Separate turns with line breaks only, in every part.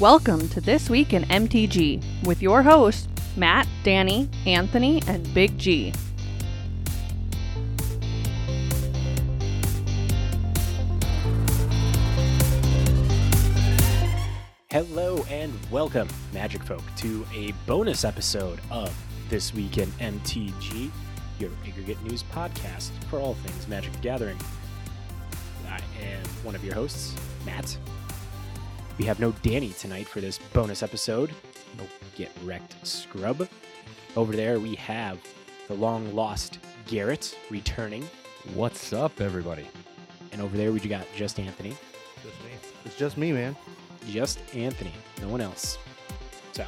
Welcome to This Week in MTG with your hosts, Matt, Danny, Anthony, and Big G.
Hello and welcome, Magic Folk, to a bonus episode of This Week in MTG, your aggregate news podcast for all things Magic the Gathering. I am one of your hosts, Matt. We have no Danny tonight for this bonus episode. No get wrecked, scrub. Over there, we have the long lost Garrett returning.
What's up, everybody?
And over there, we got just Anthony.
It's just me, man.
just Anthony, no one else. So,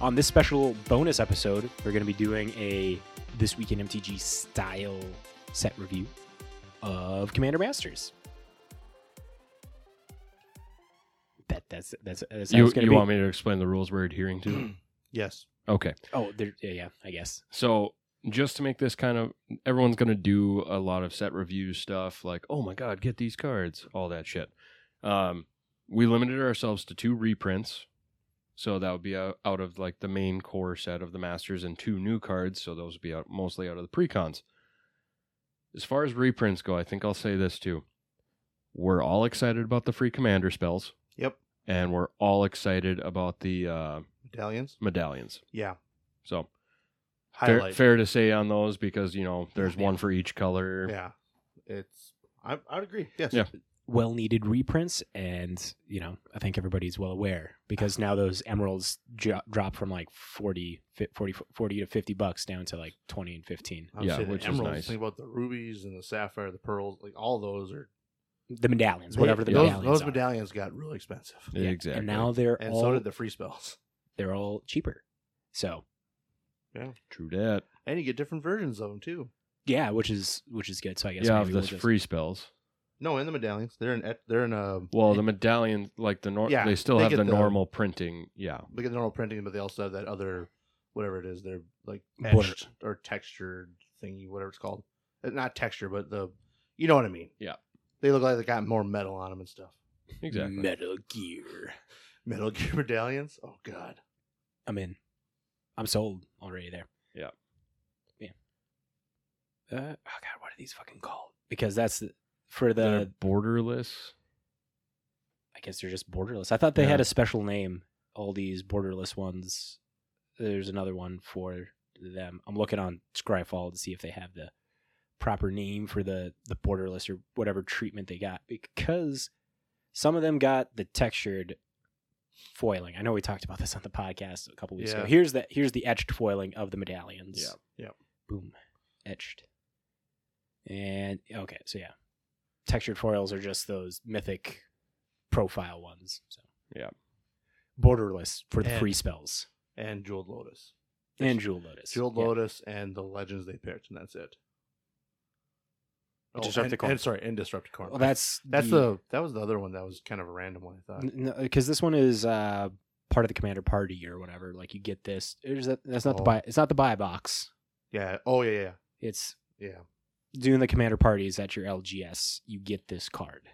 on this special bonus episode, we're going to be doing a This Week in MTG style set review of Commander Masters. That, that's that's, that's how
you
it's gonna
you
be.
want me to explain the rules we're adhering to?
Yes.
okay.
Oh, there, yeah, yeah, I guess.
So just to make this kind of everyone's gonna do a lot of set review stuff, like oh my god, get these cards, all that shit. Um, we limited ourselves to two reprints, so that would be out, out of like the main core set of the Masters and two new cards, so those would be out, mostly out of the precons. As far as reprints go, I think I'll say this too: we're all excited about the free commander spells,
Yep.
and we're all excited about the uh,
Medallions.
medallions.
Yeah.
So fair,
Highlight.
fair to say on those because you know there's one for each color.
Yeah. It's. I, I would agree. Yes.
Yeah.
Well needed reprints, and you know, I think everybody's well aware because now those emeralds jo- drop from like 40, fi- 40, 40 to 50 bucks down to like 20 and 15.
I would
Yeah,
say the
which is
emeralds.
nice.
Think about the rubies and the sapphire, the pearls. Like all those are.
The medallions, whatever the
those,
medallions.
Those
are.
medallions got real expensive,
Yeah,
Yeah,
exactly.
And now they're
and
all
so did the free spells.
they're all cheaper. So
true that.
And you get different versions of them too.
yeah, which is which is good. So I guess
yeah, of
maybe
the
we'll just-
free spells.
No, and the medallions. They're in. et- They're in um, a.
Well, the medallion, like the nor-
Yeah,
they still
they
have
get
the,
the-
normal printing. Yeah,
They get the normal printing, but they also have that other, whatever it is. They're like
Border.
etched or textured thingy, whatever it's called. Uh, Not texture, but the. You know what I mean.
Yeah.
They look like they got more metal on them and stuff.
exactly.
Metal Gear.
Metal Gear medallions. Oh God.
I'm in. I'm sold already there.
Yeah.
Yeah. Uh, oh God, what are these fucking called? Because that's the- for the.
They're borderless.
I guess they're just borderless. I thought they had
Yeah.
a special name. All these borderless ones. There's another one for them. I'm looking on Scryfall to see if they have the proper name for the the borderless or whatever treatment they got because some of them got the textured foiling. I know we talked about this on the podcast a couple weeks ago.
Yeah.
Here's the here's the etched foiling of the medallions.
Yeah.
Yep.
Boom. Etched. And okay, so yeah. Textured foils are just those mythic profile ones. So
Yeah.
Borderless for the
And-
free spells.
and Jeweled Lotus.
And Jewel Lotus.
Jeweled
Yeah.
Lotus and the legends they picked, and that's it. Oh, and,
Destructicorn.
and- sorry, and Disrupticorn.
Well, that's
that's
the
the that was the other one that was kind of a random one. I thought.
because this one is uh, part of the commander party or whatever. Like you get this. There's that- that's not the
Oh.
buy. It's not the buy box.
Yeah. Oh yeah, yeah,
It's
yeah.
doing the commander parties at your LGS. You get this card,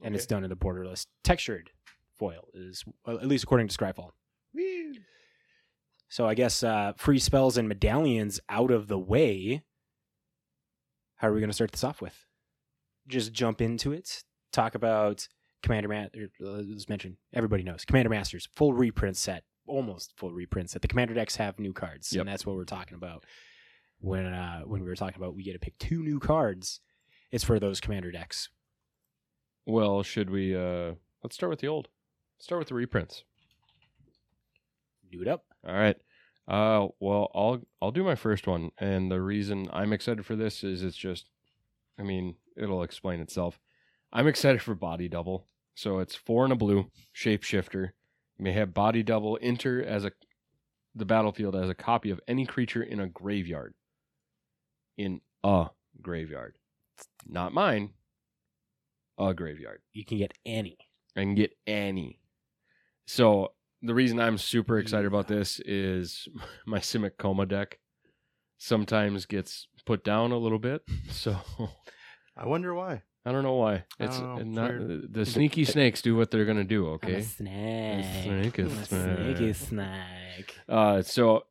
and it's
Okay.
done in the borderless textured foil. Is well, at least according to Scryfall.
Whee!
So I guess uh, free spells and medallions out of the way. How are we going to start this off with? Just jump into it. Talk about Commander Master. Let's mention everybody knows Commander Masters full reprint set, almost full reprint set. The Commander decks have new cards,
Yep.
and that's what we're talking about. When uh, when we were talking about we get to pick two new cards, it's for those Commander decks.
Well, should we? uh Let's start with the old. Start with the reprints.
Do it up.
All right. Uh, well, I'll I'll do my first one, and the reason I'm excited for this is it's just, I mean, it'll explain itself. I'm excited for Body Double. So it's four and a blue shapeshifter. You may have Body Double enter as a the battlefield as a copy of any creature in a graveyard. In a graveyard, not mine. A graveyard.
You can get any.
I can get any. So the reason I'm super excited about this is my Simic Coma deck sometimes gets put down a little bit. So
I wonder why.
I don't know why.
I
It's
don't know.
uh,
It's
not
weird.
the, the sneaky snakes do what they're gonna do. Okay.
snake.
snake, a
I'm
snake.
snaky snake.
Uh, so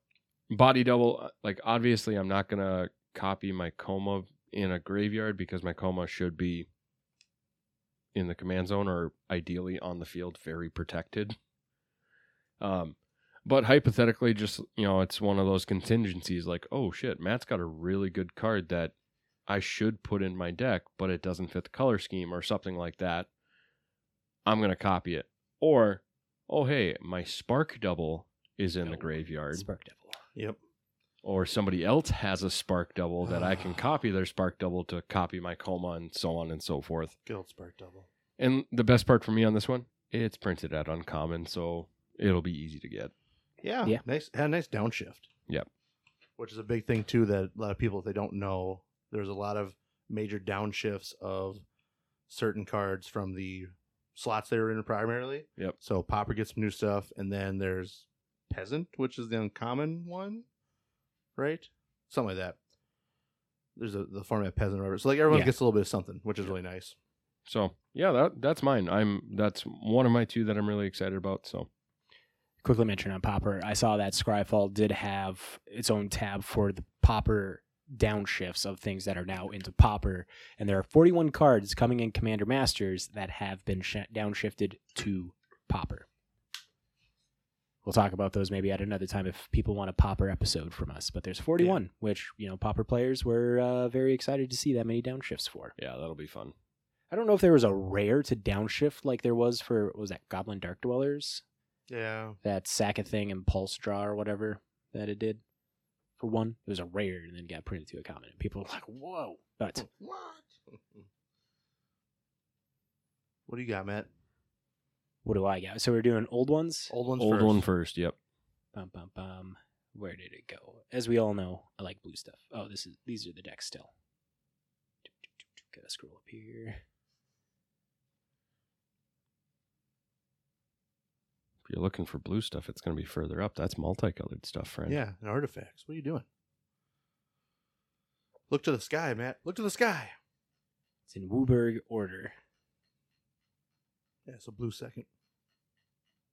body double. uh, Like obviously, I'm not gonna copy my coma in a graveyard because my coma should be in the command zone or ideally on the field, very protected. Um, but hypothetically, just you know, it's one of those contingencies. Like, oh shit, Matt's got a really good card that I should put in my deck, but it doesn't fit the color scheme or something like that. I'm gonna copy it. Or, oh hey, my spark double is in the
Nope.
graveyard
Spark devil.
Yep.
or somebody else has a spark double that I can copy their spark double to copy my coma and so on and so forth.
Guild Spark Double.
And the best part for me on this one, it's printed at uncommon, so it'll be easy to get.
Yeah.
Yeah.
Nice. Had a nice downshift.
Yep.
Which is a big thing too that a lot of people if they don't know, there's a lot of major downshifts of certain cards from the slots they were in primarily.
Yep.
So Popper gets some new stuff, and then there's Peasant, which is the uncommon one, right? Something like that. There's a, the format Peasant, whatever. So like everyone
Yeah.
gets a little bit of something, which is really nice.
So yeah, that that's mine. I'm that's one of my two that I'm really excited about. So
Quickly mention on Popper. I saw that Scryfall did have its own tab for the Popper downshifts of things that are now into Popper, and there are 41 cards coming in Commander Masters that have been sh- downshifted to Popper. We'll talk about those maybe at another time if people want a Popper episode from us. But there's 41, which you know Popper players were uh, very excited to see that many downshifts for.
yeah, that'll be fun.
I don't know if there was a rare to downshift like there was for what was that Goblin Dark Dwellers
Yeah.
that sack a thing and pulse draw or whatever that it did for one. It was a rare and then got printed to a common. And people were like, whoa. But
What? What do you got, Matt?
what do I got? So we're doing old ones?
Old ones
Old
first.
one first. Yep.
Bum, bum, bum. Where did it go? As we all know, I like blue stuff. Oh, this is these are the decks still. Gotta scroll up here.
If you're looking for blue stuff, it's gonna be further up. That's multicolored stuff, friend.
Yeah, and artifacts. What are you doing? Look to the sky, Matt. Look to the sky.
It's in Wooburg order.
Yeah, it's a blue second.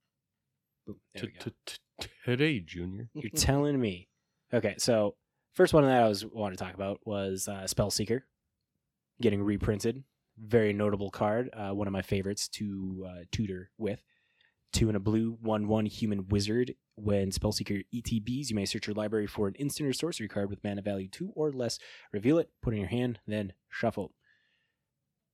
Boom. There
T-
we go.
t- t- Today, Junior.
You're telling me. Okay, so first one that I was want to talk about was uh, Spell Seeker, getting reprinted. Very notable card. Uh, one of my favorites to uh, tutor with. Two in a blue, one one human wizard. When Spellseeker ETBs, you may search your library for an instant or sorcery card with mana value two or less. Reveal it, put it in your hand, then shuffle.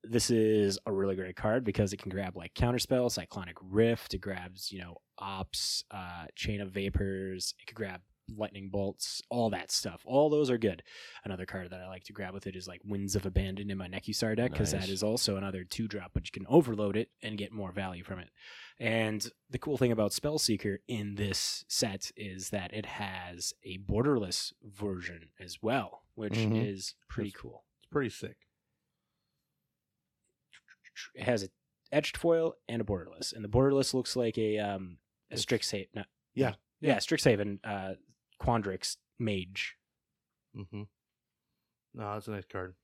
This is a really great card because it can grab like counterspell, cyclonic rift. It grabs you know ops, uh, chain of vapors. It could grab lightning bolts, all that stuff. All those are good. Another card that I like to grab with it is like Winds of Abandon in my Nekusar deck because
Nice.
that is also another two drop, but you can overload it and get more value from it. And the cool thing about Spellseeker in this set is that it has a borderless version as well, which
Mhm.
is pretty cool.
It's pretty sick.
It has a etched foil and a borderless, and the borderless looks like a um a
It's-
Strixhaven. No,
Yeah.
yeah, Strixhaven uh, Quandrix mage
Mm-hmm. No, that's a nice card.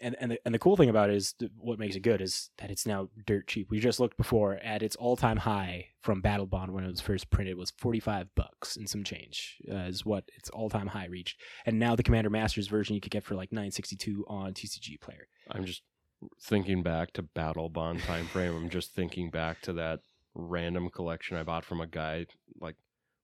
and and the, and the cool thing about it is th- what makes it good is that it's now dirt cheap. We just looked before at its all time high from Battle Bond when it was first printed was forty five bucks and some change uh, is what its all time high reached. And now the Commander Masters version you could get for like nine sixty two on TCG Player.
I'm just thinking back to Battle Bond time frame. I'm just thinking back to that random collection I bought from a guy like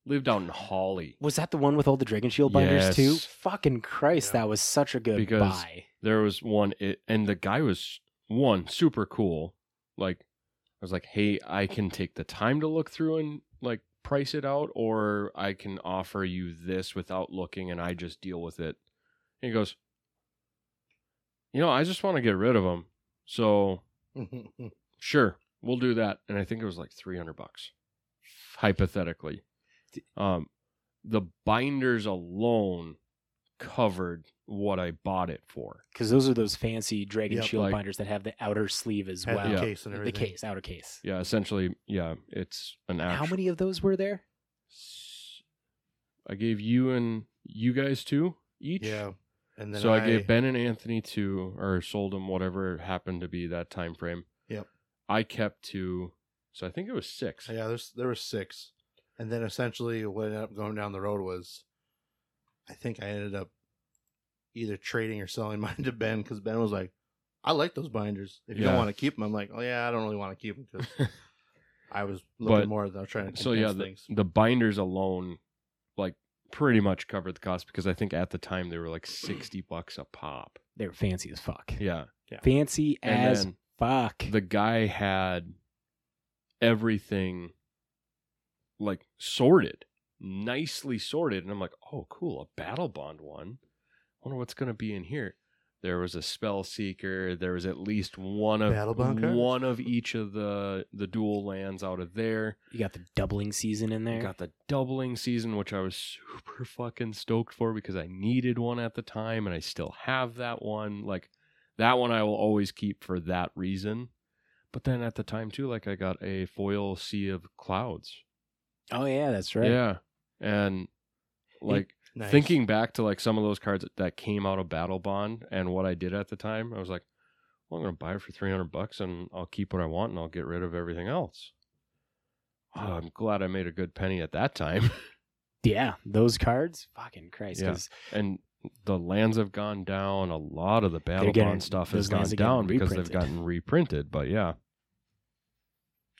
lived out in Holly.
Was that the one with all the Dragon Shield binders
Yes.
too? Fucking Christ,
Yeah.
that was such a good
Because-
buy.
There was one, it, and the guy was one super cool. Like I was like, hey, I can take the time to look through and like price it out, or I can offer you this without looking, and I just deal with it. And he goes, you know, I just want to get rid of him, so sure we'll do that and i think it was like 300 bucks hypothetically um the binders alone covered what i bought it for
Because those are those fancy Dragon
Yep,
Shield
like-
binders that have the outer sleeve as
Had
well.
the
Yeah.
case and
The
everything.
case, outer case.
yeah essentially yeah it's an actual
How many of those were there?
i gave you and you guys two each
Yeah. And then
so I, gave Ben and Anthony two, or sold them whatever happened to be that time frame.
Yep.
I kept two, so I think it was six.
Yeah, there's there were six, and then essentially what ended up going down the road was, I think I ended up either trading or selling mine to Ben because Ben was like, "I like those binders. If you don't
Yeah.
want to keep them, I'm like, oh yeah, I don't really want to keep them because I was looking
But-
more than trying to
so yeah,
condense
the,
things.
the binders alone, like pretty much covered the cost because I think at the time they were like sixty bucks a pop.
They were fancy as fuck.
Yeah,
Fancy
and
as
then
fuck.
the guy had everything like sorted, nicely sorted, and I'm like, oh cool, a battle bond one. Wonder what's gonna be in here. There was a spell seeker. There was at least one of
Battle bond cards?
one of each of the the dual lands out of there.
you got the doubling season in
We
there.
Got the doubling season, which I was super fucking stoked for because I needed one at the time and I still have that one. Like that one I will always keep for that reason. But then at the time too, like I got a foil sea of clouds.
oh yeah, that's right.
Yeah. And like
Nice.
thinking back to like some of those cards that came out of Battle Bond and what I did at the time, I was like, well, I'm gonna buy it for 300 bucks and I'll keep what I want and I'll get rid of everything else. Oh, I'm glad I made a good penny at that time.
Yeah, those cards, fucking Christ,
Yeah.
'cause
and the lands have gone down. A lot of the battle
getting-
bond stuff has
those
gone
lands are getting
down because they've
reprinted.
gotten reprinted. But yeah,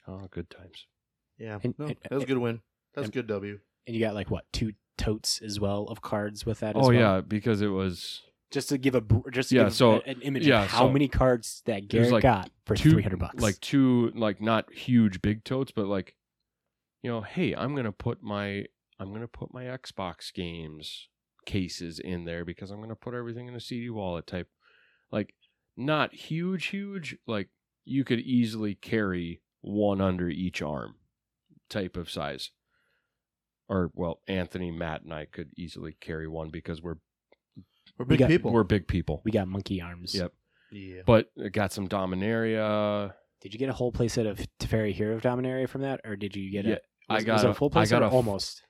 oh, good times.
yeah,
and-
no,
and-
that was a good win. That's
and-
good W.
and you got like what two totes as well of cards with that. As
Oh
well?
yeah, because it was
just to give a br- just to
Yeah,
give
so-
a- an image
yeah,
of how
so-
many cards that
There's,
Garrett
like,
got for
two
three hundred bucks.
like two like not huge big totes, but like you know, hey, I'm gonna put my I'm gonna put my Xbox games cases in there because I'm gonna put everything in a CD wallet type. Like not huge, huge. Like you could easily carry one under each arm type of size. Or well, Anthony, Matt, and I could easily carry one because we're
We're big
got-
people.
we're big people.
we got monkey arms.
Yep.
yeah,
But it got some Dominaria.
Did you get a whole playset of Teferi Hero of Dominaria from that, or did you get
Yeah,
a?
I
was-
got
was it
a-
a full
I
playset
got
or
a f-
almost.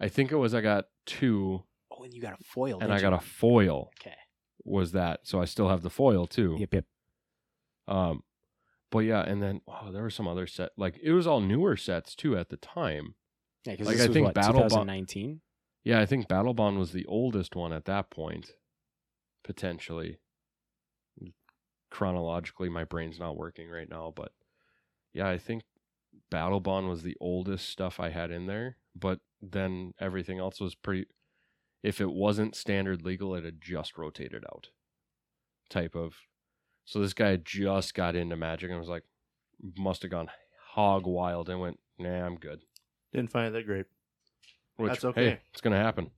I think it was I got two
Oh, and you got a foil.
and I got a foil.
Okay.
Was that so? I still have the foil too.
Yep, yep.
Um, but yeah, and then wow, there were some other set. Like it was all newer sets too at the time.
Yeah, because
Like,
this
I
was
think
what,
Battle Bond-
2019.
Yeah, I think Battle Bond was the oldest one at that point, potentially. Chronologically, my brain's not working right now, but yeah, I think Battle Bond was the oldest stuff I had in there. But then everything else was pretty. If it wasn't standard legal, it had just rotated out. Type of. So this guy just got into Magic and was like, must have gone hog wild and went, nah, I'm good.
didn't find it that great.
Which,
That's
Hey,
okay.
it's gonna happen.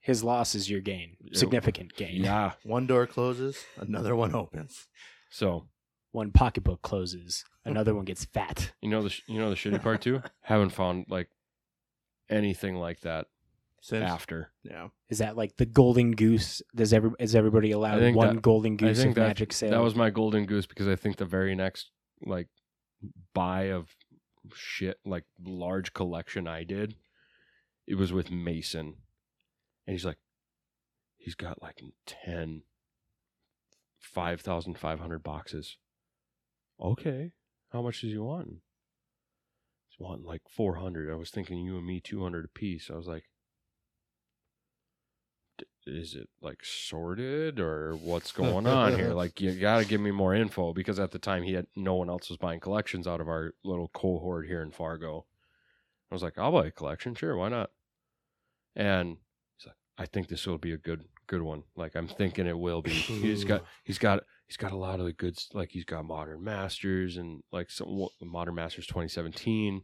His loss is your gain,
Yeah.
significant gain.
Yeah.
One door closes, another one opens.
So
One pocketbook closes, another one gets fat.
you know the sh- you know the shitty part too. Haven't found like anything like that
Since
after.
yeah,
Is that like the golden goose? Does every is everybody
I
allowed
think
one
that-
golden goose
I
of
think that
magic sale?
that was my golden goose because I think the very next like buy of shit like large collection I did, it was with Mason, and he's like, he's got like 10 5,500 boxes. Okay, how much does he want? He's wanting like four hundred. I was thinking you and me two hundred apiece. I was like, "D- is it like sorted or what's going on here? Like you got to give me more info because at the time he had no one else was buying collections out of our little cohort here in Fargo. I was like, I'll buy a collection, sure, why not? And he's like, I think this will be a good good one. Like I'm thinking it will be. He's got he's got he's got a lot of the good s- like he's got modern masters and like some wo- modern masters 2017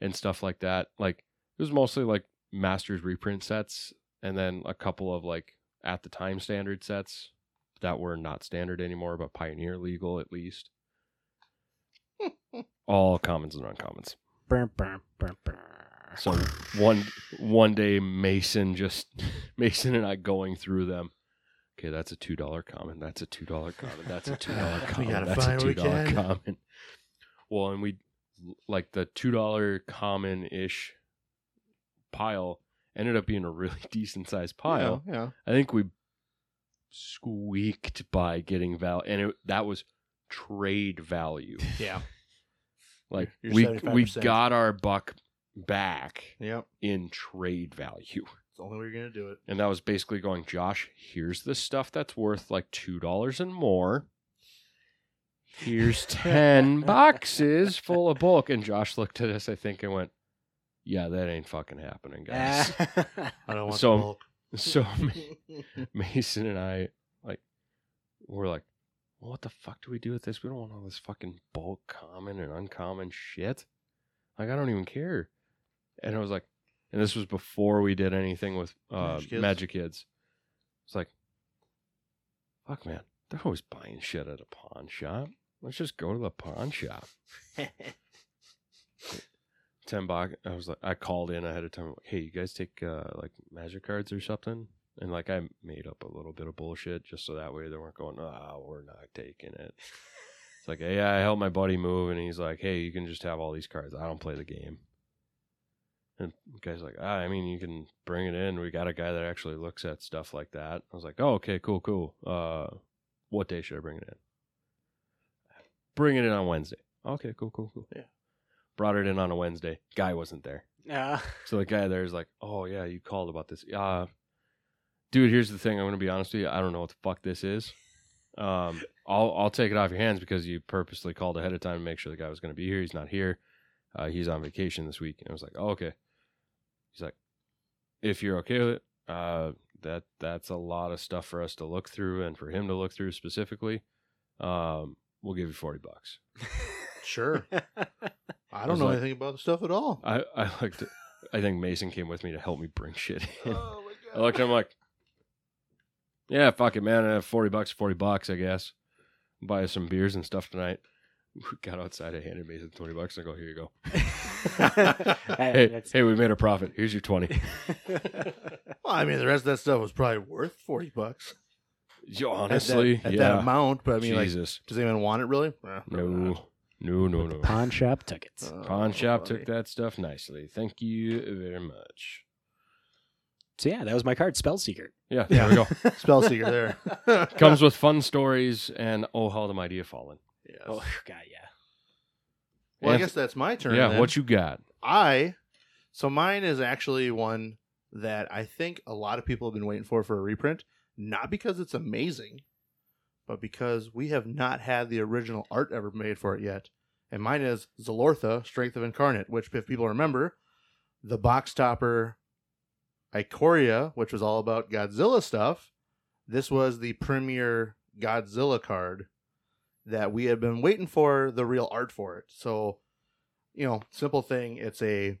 and stuff like that like it was mostly like masters reprint sets and then a couple of like at the time standard sets that were not standard anymore but pioneer legal at least all commons and uncommons
Burr, burr, burr, burr.
so one one day mason just mason and i going through them okay that's a two dollar common that's a two dollar common that's a two dollar
We
common
gotta
that's a
find what
two
we
dollar
can.
common well and we like the two dollar common ish pile ended up being a really decent sized pile
Yeah, yeah.
i think we squeaked by getting value, and it, that was trade value.
Yeah.
Like
Your
we
75%.
we got our buck back
Yep.
in trade value,
It's the only way you're gonna do it.
and that was basically going, Josh. Here's the stuff that's worth like two dollars and more. Here's ten boxes full of bulk, and Josh looked at us, I think, and went, "Yeah, that ain't fucking happening, guys."
I don't want
So-
the bulk.
so Mason and I like were like, well, what the fuck do we do with this? We don't want all this fucking bulk common and uncommon shit. Like I don't even care. And I was like, and this was before we did anything with uh,
Magic Kids.
Magic Kids. It's like, fuck, man, they're always buying shit at a pawn shop. Let's just go to the pawn shop. Ten box. I was like, I called in ahead of time. Like, hey, you guys take uh, like magic cards or something? And like, I made up a little bit of bullshit just so that way they weren't going, ah, we're not taking it. it's like, yeah, I helped my buddy move, and he's like, hey, you can just have all these cards. I don't play the game. And the guy's like, ah, I mean, you can bring it in. We got a guy that actually looks at stuff like that. I was like, oh, okay, cool, cool. Uh, what day should I bring it in? Bring it in on Wednesday. Okay, cool, cool, cool.
Yeah.
Brought it in on a Wednesday. Guy wasn't there.
Uh,
So the guy there is like, "Oh yeah, you called about this." Uh dude, here's the thing. I'm gonna be honest with you. I don't know what the fuck this is. Um, I'll I'll take it off your hands because you purposely called ahead of time to make sure the guy was gonna be here. He's not here. Uh, he's on vacation this week. And I was like, oh, "Okay." He's like, "If you're okay with it, uh, that that's a lot of stuff for us to look through and for him to look through specifically. Um, we'll give you forty bucks."
sure. I don't
was
know
like-
anything about the stuff at all.
I I like to, I think Mason came with me to help me bring shit in. I
my
looked at him like, yeah, fuck it, man. Uh, 40 bucks, 40 bucks, I guess. Buy us some beers and stuff tonight. We got outside, I handed Mason 20 bucks. I go, here you go. Hey, hey, we made a profit. Here's your 20.
Well, I mean, the rest of that stuff was probably worth forty bucks.
You
At that-
honestly,
at that,
yeah.
amount, but I mean, like,
Jesus.
does anyone want it really? Eh, probably not.
no, no, no, no.
pawn shop tickets.
Oh,
Pawn shop
buddy.
took that stuff nicely. Thank you very much.
So yeah, that was my card, Spell Seeker.
Yeah, there we go.
spell seeker there.
Comes with fun stories and oh, how the mighty have fallen.
Yes.
Oh god, yeah.
Well, I
Anth-
guess that's my turn.
yeah,
then.
what you got?
I so mine is actually one that I think a lot of people have been waiting for for a reprint, not because it's amazing, but because we have not had the original art ever made for it yet. And mine is Zalortha, Strength of Incarnate, which if people remember, the box topper Ikoria, which was all about Godzilla stuff. This was the premier Godzilla card that we had been waiting for the real art for it. So you know, simple thing. It's a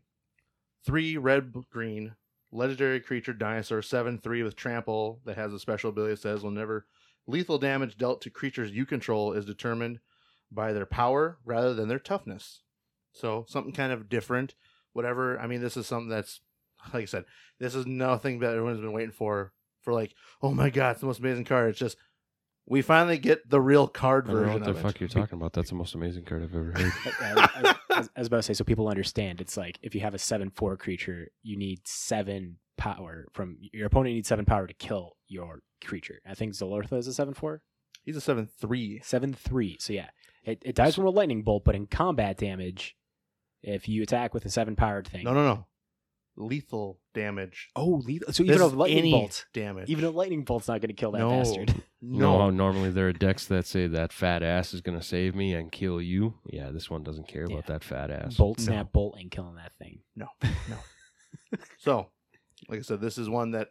three red b- green legendary creature dinosaur seven three with trample that has a special ability that says whenever lethal damage dealt to creatures you control is determined by their power rather than their toughness. So something kind of different. Whatever. I mean, this is something that's like I said. This is nothing that everyone's been waiting for. For like, oh my god, it's the most amazing card. It's just we finally get the real card
I don't know
version
what the
of
fuck
it.
you're talking about. That's the most amazing card I've ever heard.
uh, I, I was- I was- I was about to say, so people understand. It's like if you have a seven four creature, you need seven power from your opponent needs seven power to kill your creature. I think Zolortha is a seven four.
He's a seven three.
Seven three. So yeah, it, it dies from a lightning bolt, but in combat damage, if you attack with a seven powered thing,
No, no, no. Lethal damage.
oh, lethal. So
This
even a
is
lightning
any
bolt,
damage.
even a lightning bolt's not going to kill that
No.
bastard.
You know how normally there are decks that say that fat ass is going to save me and kill you? Yeah, this one doesn't care about
Yeah.
that fat ass.
Bolt
No.
snap bolt and killing that thing.
No, no. so, like I said, this is one that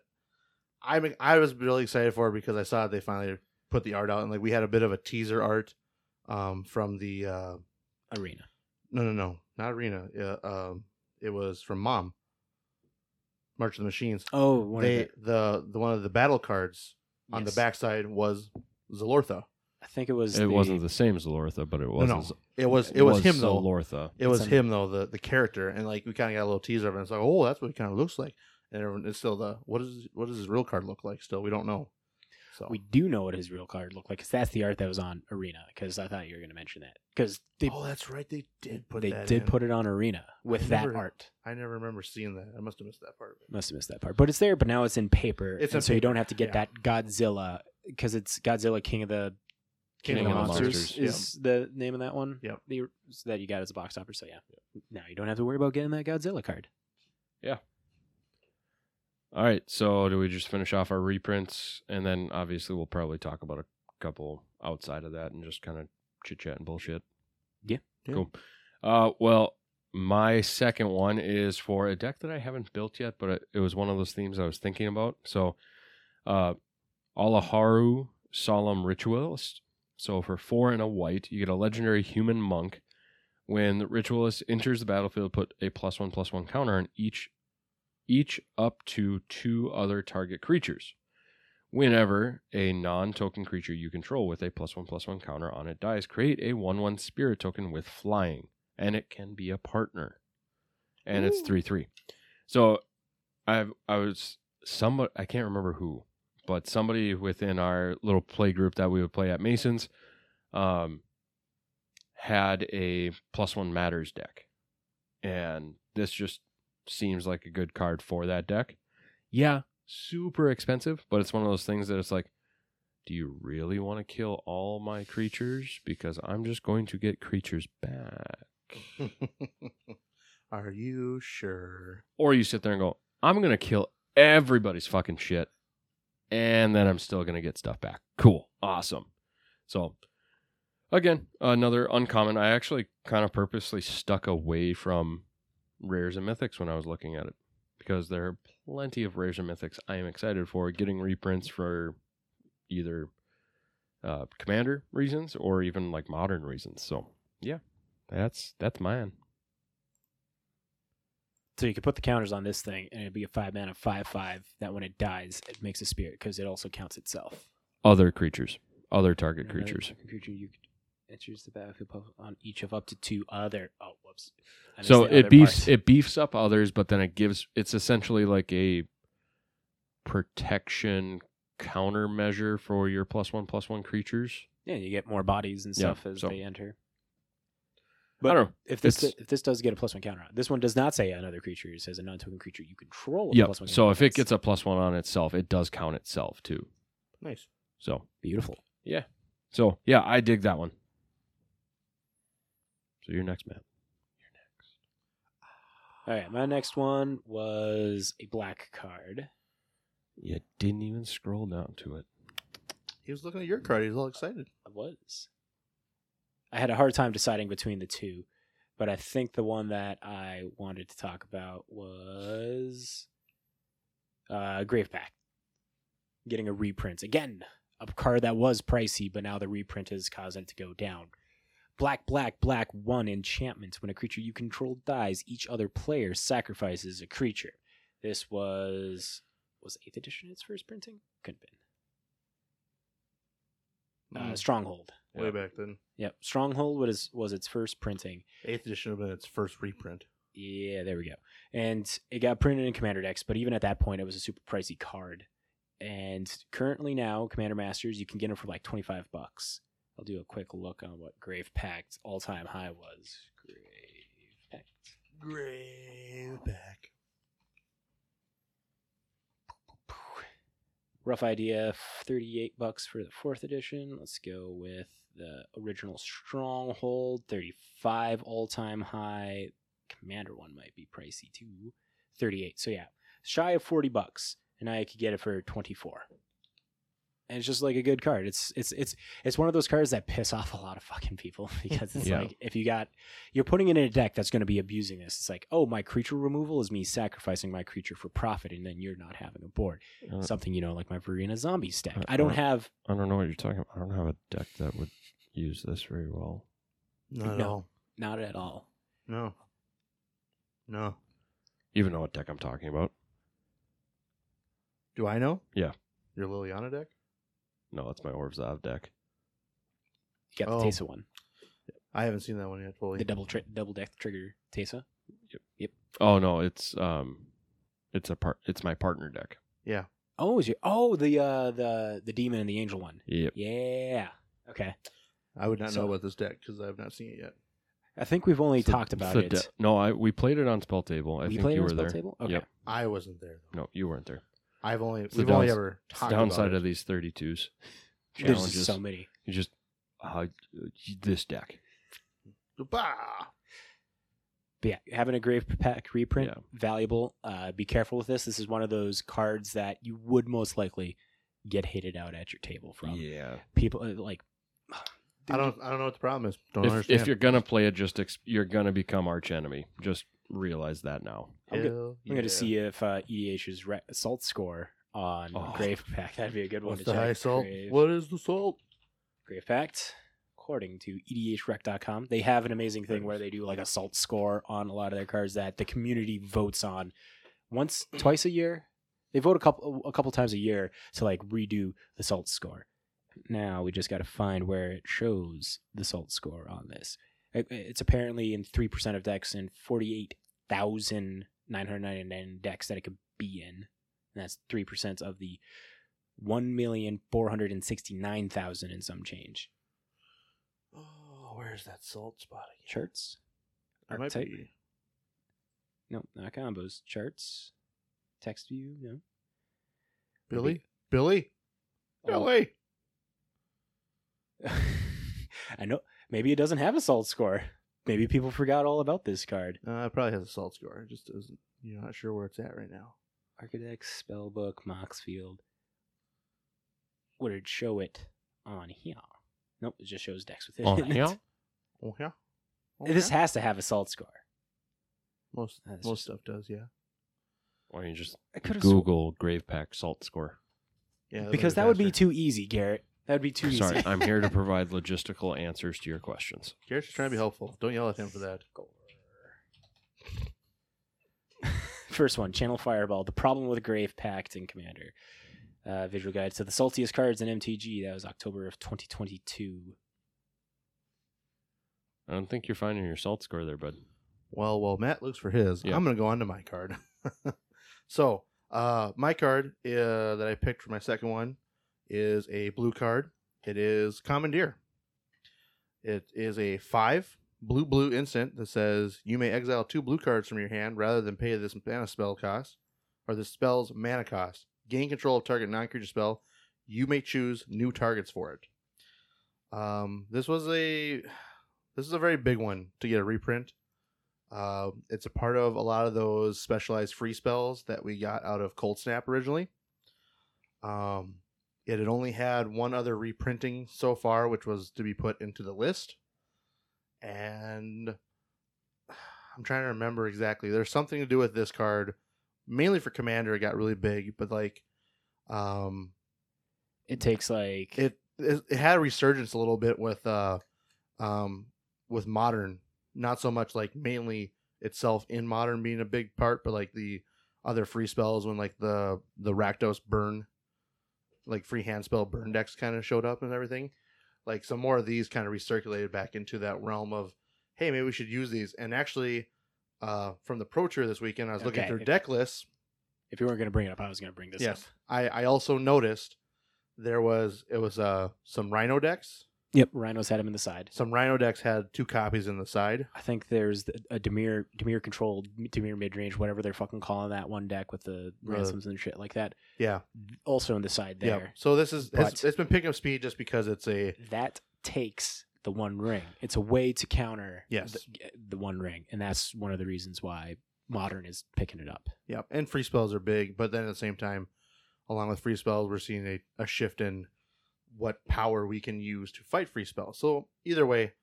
I I was really excited for because I saw they finally put the art out and like we had a bit of a teaser art um from the uh
Arena.
no no no not arena uh, um it was from mom March of the Machines
Oh, one
they
of the,
the the one of the battle cards on the
yes.
backside was Zalortha
I think it was.
It
the,
wasn't the same as Lortha, but it was.
no
as-
no it was it was, him though
Lortha.
It was
Some-
him though, the the character, and like we kind of got a little teaser of it. It's like, oh, that's what he kind of looks like, and everyone, it's still the what is what does his real card look like? Still, we don't know. So
We do know what his real card looked like because that's the art that was on Arena. Because I thought you were going to mention that because they
oh, that's right, they did put
they
that
did
in.
put it on Arena with that
Remember-
art.
I never remember seeing that. I must have missed that part. Of it.
Must have missed that part, but it's there. But now it's in paper,
It's
and
in
so you
paper,
don't have to get
yeah.
that Godzilla because it's Godzilla King of the
King of the Monsters.
is the name of that one.
Yep.
The, so that you got as a box offer. So yeah, now you don't have to worry about getting that Godzilla card.
All right, so do we just finish off our reprints, and then obviously we'll probably talk about a couple outside of that, and just kind of chit chat and bullshit.
Yeah.
Yeah.
Cool. Uh, well, my second one is for a deck that I haven't built yet, but it, it was one of those themes I was thinking about. So, uh, Alaharu Solemn Ritualist. So for four and a white, you get a legendary human monk. When the ritualist enters the battlefield, put a plus one plus one counter on each each up to two other target creatures. Whenever a non token creature you control with a plus one plus one counter on it dies, create a one one spirit token with flying, and it can be a partner. And it's
Ooh.
three three. So I've I was somebody I can't remember who, but somebody within our little play group that we would play at Mason's um had a plus one matters deck. And this just seems like a good card for that deck. Yeah, super expensive, but it's one of those things that it's like, do you really want to kill all my creatures? Because I'm just going to get creatures back.
Are you sure?
Or you sit there and go, I'm going to kill everybody's fucking shit, and then I'm still going to get stuff back. Cool. Awesome. So, again, another uncommon. I actually kind of purposely stuck away from rares and mythics when I was looking at it because there are plenty of rares and mythics I am excited for getting reprints for either uh, commander reasons or even like modern reasons. So, yeah, that's that's mine.
So you could put the counters on this thing, and it'd be a five mana five five. That when it dies, it makes a spirit because it also counts itself.
Other creatures, other target
Another
creatures.
target Creature you could enters the battlefield pu- on each of up to two other. Oh, whoops. I missed
so
the
it
other
beefs
part.
it beefs up others, but then it gives it's essentially like a protection countermeasure for your plus one plus one creatures.
Yeah, you get more bodies and
Yeah,
stuff as
so-
they enter.
I don't know.
If this
It's-
if this does get a plus one counter on, this one does not say another creature. It says a non-token creature you control. with a
Yep.
plus one
So
counter
if
on
it
this.
gets a plus one on itself, it does count itself too.
Nice.
So
beautiful,
so yeah, I dig that one. So you're next, man.
all right. My next one was a black card.
You didn't even scroll down to it.
He was looking at your card. He was all excited.
I was. I had a hard time deciding between the two, but I think the one that I wanted to talk about was uh Graveback. Getting a reprint. Again, a card that was pricey, but now the reprint is causing it to go down. Black, black, black, one enchantment. When a creature you control dies, each other player sacrifices a creature. This was was eighth edition its first printing? Could have been. Uh,
Mm,
Stronghold.
way back then.
Yep. Stronghold was was its first printing.
Eighth edition would have been its first reprint.
Yeah, there we go. And it got printed in Commander decks, but even at that point, it was a super pricey card. And currently now, Commander Masters, you can get them for like twenty five bucks. I'll do a quick look on what Grave Pact all time high was. Grave Pact.
Grave back.
Rough idea, thirty eight bucks for the fourth edition. Let's go with the original Stronghold, thirty five all time high. Commander one might be pricey too. 38. So yeah, shy of 40 bucks, and I could get it for 24. And it's just like a good card. It's it's it's it's one of those cards that piss off a lot of fucking people because it's
Yeah.
like if you got you're putting it in a deck that's going to be abusing this. It's like, "Oh, my creature removal is me sacrificing my creature for profit and then you're not having a board."
Uh,
Something you know like my Verena Zombie stack.
uh,
I don't
uh,
have
I don't know what you're talking about. I don't have a deck that would use this very well.
Not
No.
at all.
not at all.
No. No.
Even know what deck I'm talking about.
Do I know?
Yeah.
Your Liliana deck?
No, that's my Orv's Av deck.
You got the
Oh.
Tesa one.
I haven't seen that one yet fully.
The double tri- double deck trigger Tesa.
Oh no, it's um, it's a part. It's my partner deck.
yeah.
Oh, is your Oh, the uh the the demon and the angel one.
Yep.
Yeah. Okay.
I would not
So-
know about this deck because I have not seen it yet.
I think we've only talked about it.
no, I we played it on Spell Table. I
we
think
played
you
it on
were
Spell
there.
Table? Okay.
Yep.
I wasn't there.
No, you weren't there.
I've only
It's the
we've only
downs-
ever
It's the
talked
downside
about
of
it.
these 32s.
There's
Challenges.
just so many.
You just uh, this deck.
Bah!
But yeah, having a grave pack reprint
Yeah.
valuable. Uh, be careful with this. This is one of those cards that you would most likely get hated out at your table from
Yeah.
people. uh, Like
I don't I don't know what the problem is. Don't
If,
understand.
if you're gonna play it, just ex- you're gonna become arch enemy. Just realize that now.
I'm, go-
Hell
I'm going
yeah.
to see if uh, EDH's re- salt score on
Oh.
grave pack. That'd be a good one
What's
to
the
check.
high salt?
Grave-
What is the salt?
Grave Pact, according to E edhrec.com, they have an amazing thing where they do like a salt score on a lot of their cards that the community votes on once, twice a year. They vote a couple a couple times a year to like redo the salt score. Now we just got to find where it shows the salt score on this. It- It's apparently in three percent of decks and forty eight thousand nine hundred ninety nine decks that it could be in. And that's three percent of the one million four hundred and sixty nine thousand and some change.
Oh, where's that salt spot again?
Charts?
It might
Archetype?
be-
No, not combos. Charts. Text view. No.
Billy? Billy? Billy.
Oh. I know. Maybe it doesn't have a salt score. Maybe people forgot all about this card.
Uh, it probably has a salt score. It just doesn't. You're not sure where it's at right now.
Architects, Spellbook, Moxfield. Would it show it on here? Nope, it just shows decks with it.
On
in it.
here?
Oh yeah. Oh,
This
yeah?
has to have a salt score.
most
Uh, it's
most
just-
stuff does. Yeah.
Or you just
I could
Google Grave Pack Salt Score.
Yeah.
because that would be too easy, Garrett. That would be too
Sorry,
easy.
I'm here to provide logistical answers to your questions.
Garrett's just trying to be helpful. Don't yell at him for that.
First one, Channel Fireball. The problem with Grave Pact and Commander. Uh, visual guide. So the saltiest cards in MTG. That was October of 2022.
I don't think you're finding your salt score there, bud.
Well, while Matt looks for his,
Yeah.
I'm going to go on to my card. so, uh, my card uh, that I picked for my second one is a blue card. It is Commandeer. It is a five blue blue instant that says you may exile two blue cards from your hand rather than pay this mana spell cost or the spell's mana cost. Gain control of target non creature spell. You may choose new targets for it. Um, this was a this is a very big one to get a reprint. Uh, it's a part of a lot of those specialized free spells that we got out of Cold Snap originally. Um, it had only had one other reprinting so far, which was to be put into the list. And I'm trying to remember exactly. There's something to do with this card, mainly for Commander. It got really big, but like, um,
It takes like
it it, it had a resurgence a little bit with uh um with modern not so much like mainly itself in modern being a big part but like the other free spells when like the the rakdos burn like free hand spell burn decks kind of showed up and everything like some more of these kind of recirculated back into that realm of hey maybe we should use these and actually uh from the pro tour this weekend i was looking
Okay.
through deck lists
if you weren't going to bring it up, I was going to bring this
Yes.
up.
I, I also noticed there was it was uh some rhino decks.
Yep, Rhinos had him in the side.
Some rhino decks had two copies in the side.
I think there's th- a Demir Demir controlled Demir mid range, whatever they're fucking calling that one deck with the
Right.
ransoms and shit like that.
Yeah.
Also in the side
Yeah.
there.
So this is it's,
But-
it's been picking up speed just because it's a
That takes the One Ring. It's a way to counter
Yes.
the, the One Ring, and that's one of the reasons why Modern is picking it up.
yeah, and free spells are big, but then at the same time, along with free spells, we're seeing a, a shift in what power we can use to fight free spells. So either way,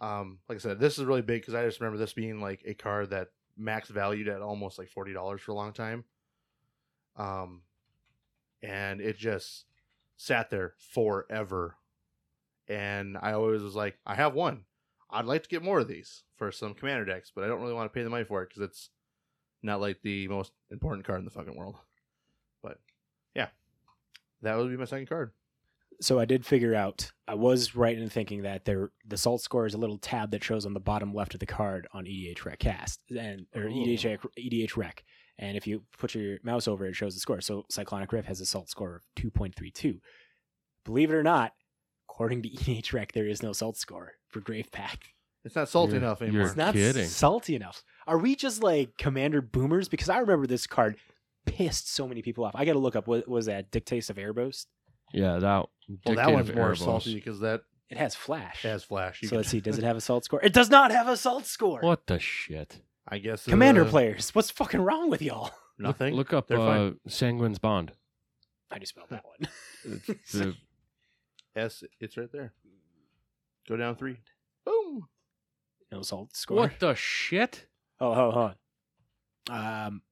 um, like I said, this is really big because I just remember this being like a card that max valued at almost like forty dollars for a long time. Um, and it just sat there forever, and I always was like, I have one. I'd like to get more of these for some commander decks, but I don't really want to pay the money for it because it's not like the most important card in the fucking world. But yeah, that would be my second card.
So I did figure out I was right in thinking that there the salt score is a little tab that shows on the bottom left of the card on EDH rec cast and or
Oh.
EDH rec, EDH rec. And if you put your mouse over it, it shows the score. So Cyclonic Rift has a salt score of two point three two. Believe it or not, according to EDH rec, there is no salt score for Grave Pact.
It's not salty
You're-
enough anymore.
you're-
It's not
kidding.
salty enough. Are we just like Commander Boomers? Because I remember this card pissed so many people off. I got to look up what was that Dictates of Airboast.
Yeah, that.
Well, that
Dictate
one's
of
more
Erebos.
salty because that
It has flash.
has flash. You
so
can-
let's see. Does it have a salt score? It does not have a salt score.
What the shit?
I guess
Commander
uh,
players, what's fucking wrong with y'all?
Look-
Nothing.
Look up
They're
uh,
fine.
Sanguine's Bond.
I just spelled that one.
It's the-
S. It's right there. Go down three. Boom.
No salt score.
what the shit?
Oh, hold on. Um,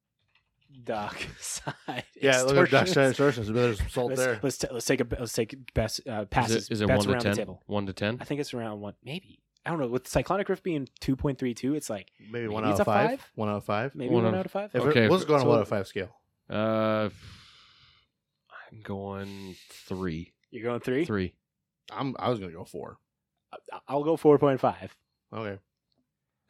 Doc side.
Yeah, look at Dash
extortionist.
Distortions. There's some salt
Let's,
there.
let's, ta- let's take a let's take best uh, passes.
Is it, is it
bets
one to
around the
ten?
table.
One to ten?
I think it's around one, maybe. I don't know. With Cyclonic Rift being two point three two, it's like
Maybe one
Maybe
out
it's
of
a
five.
five?
One out of five.
maybe
One
one,
of-
out of five.
If
Okay,
it, let's go on
so-
a one out of five scale.
Uh, I'm going three.
You're going three.
Three.
I'm. I was gonna go four.
I- I'll go four point five.
Okay.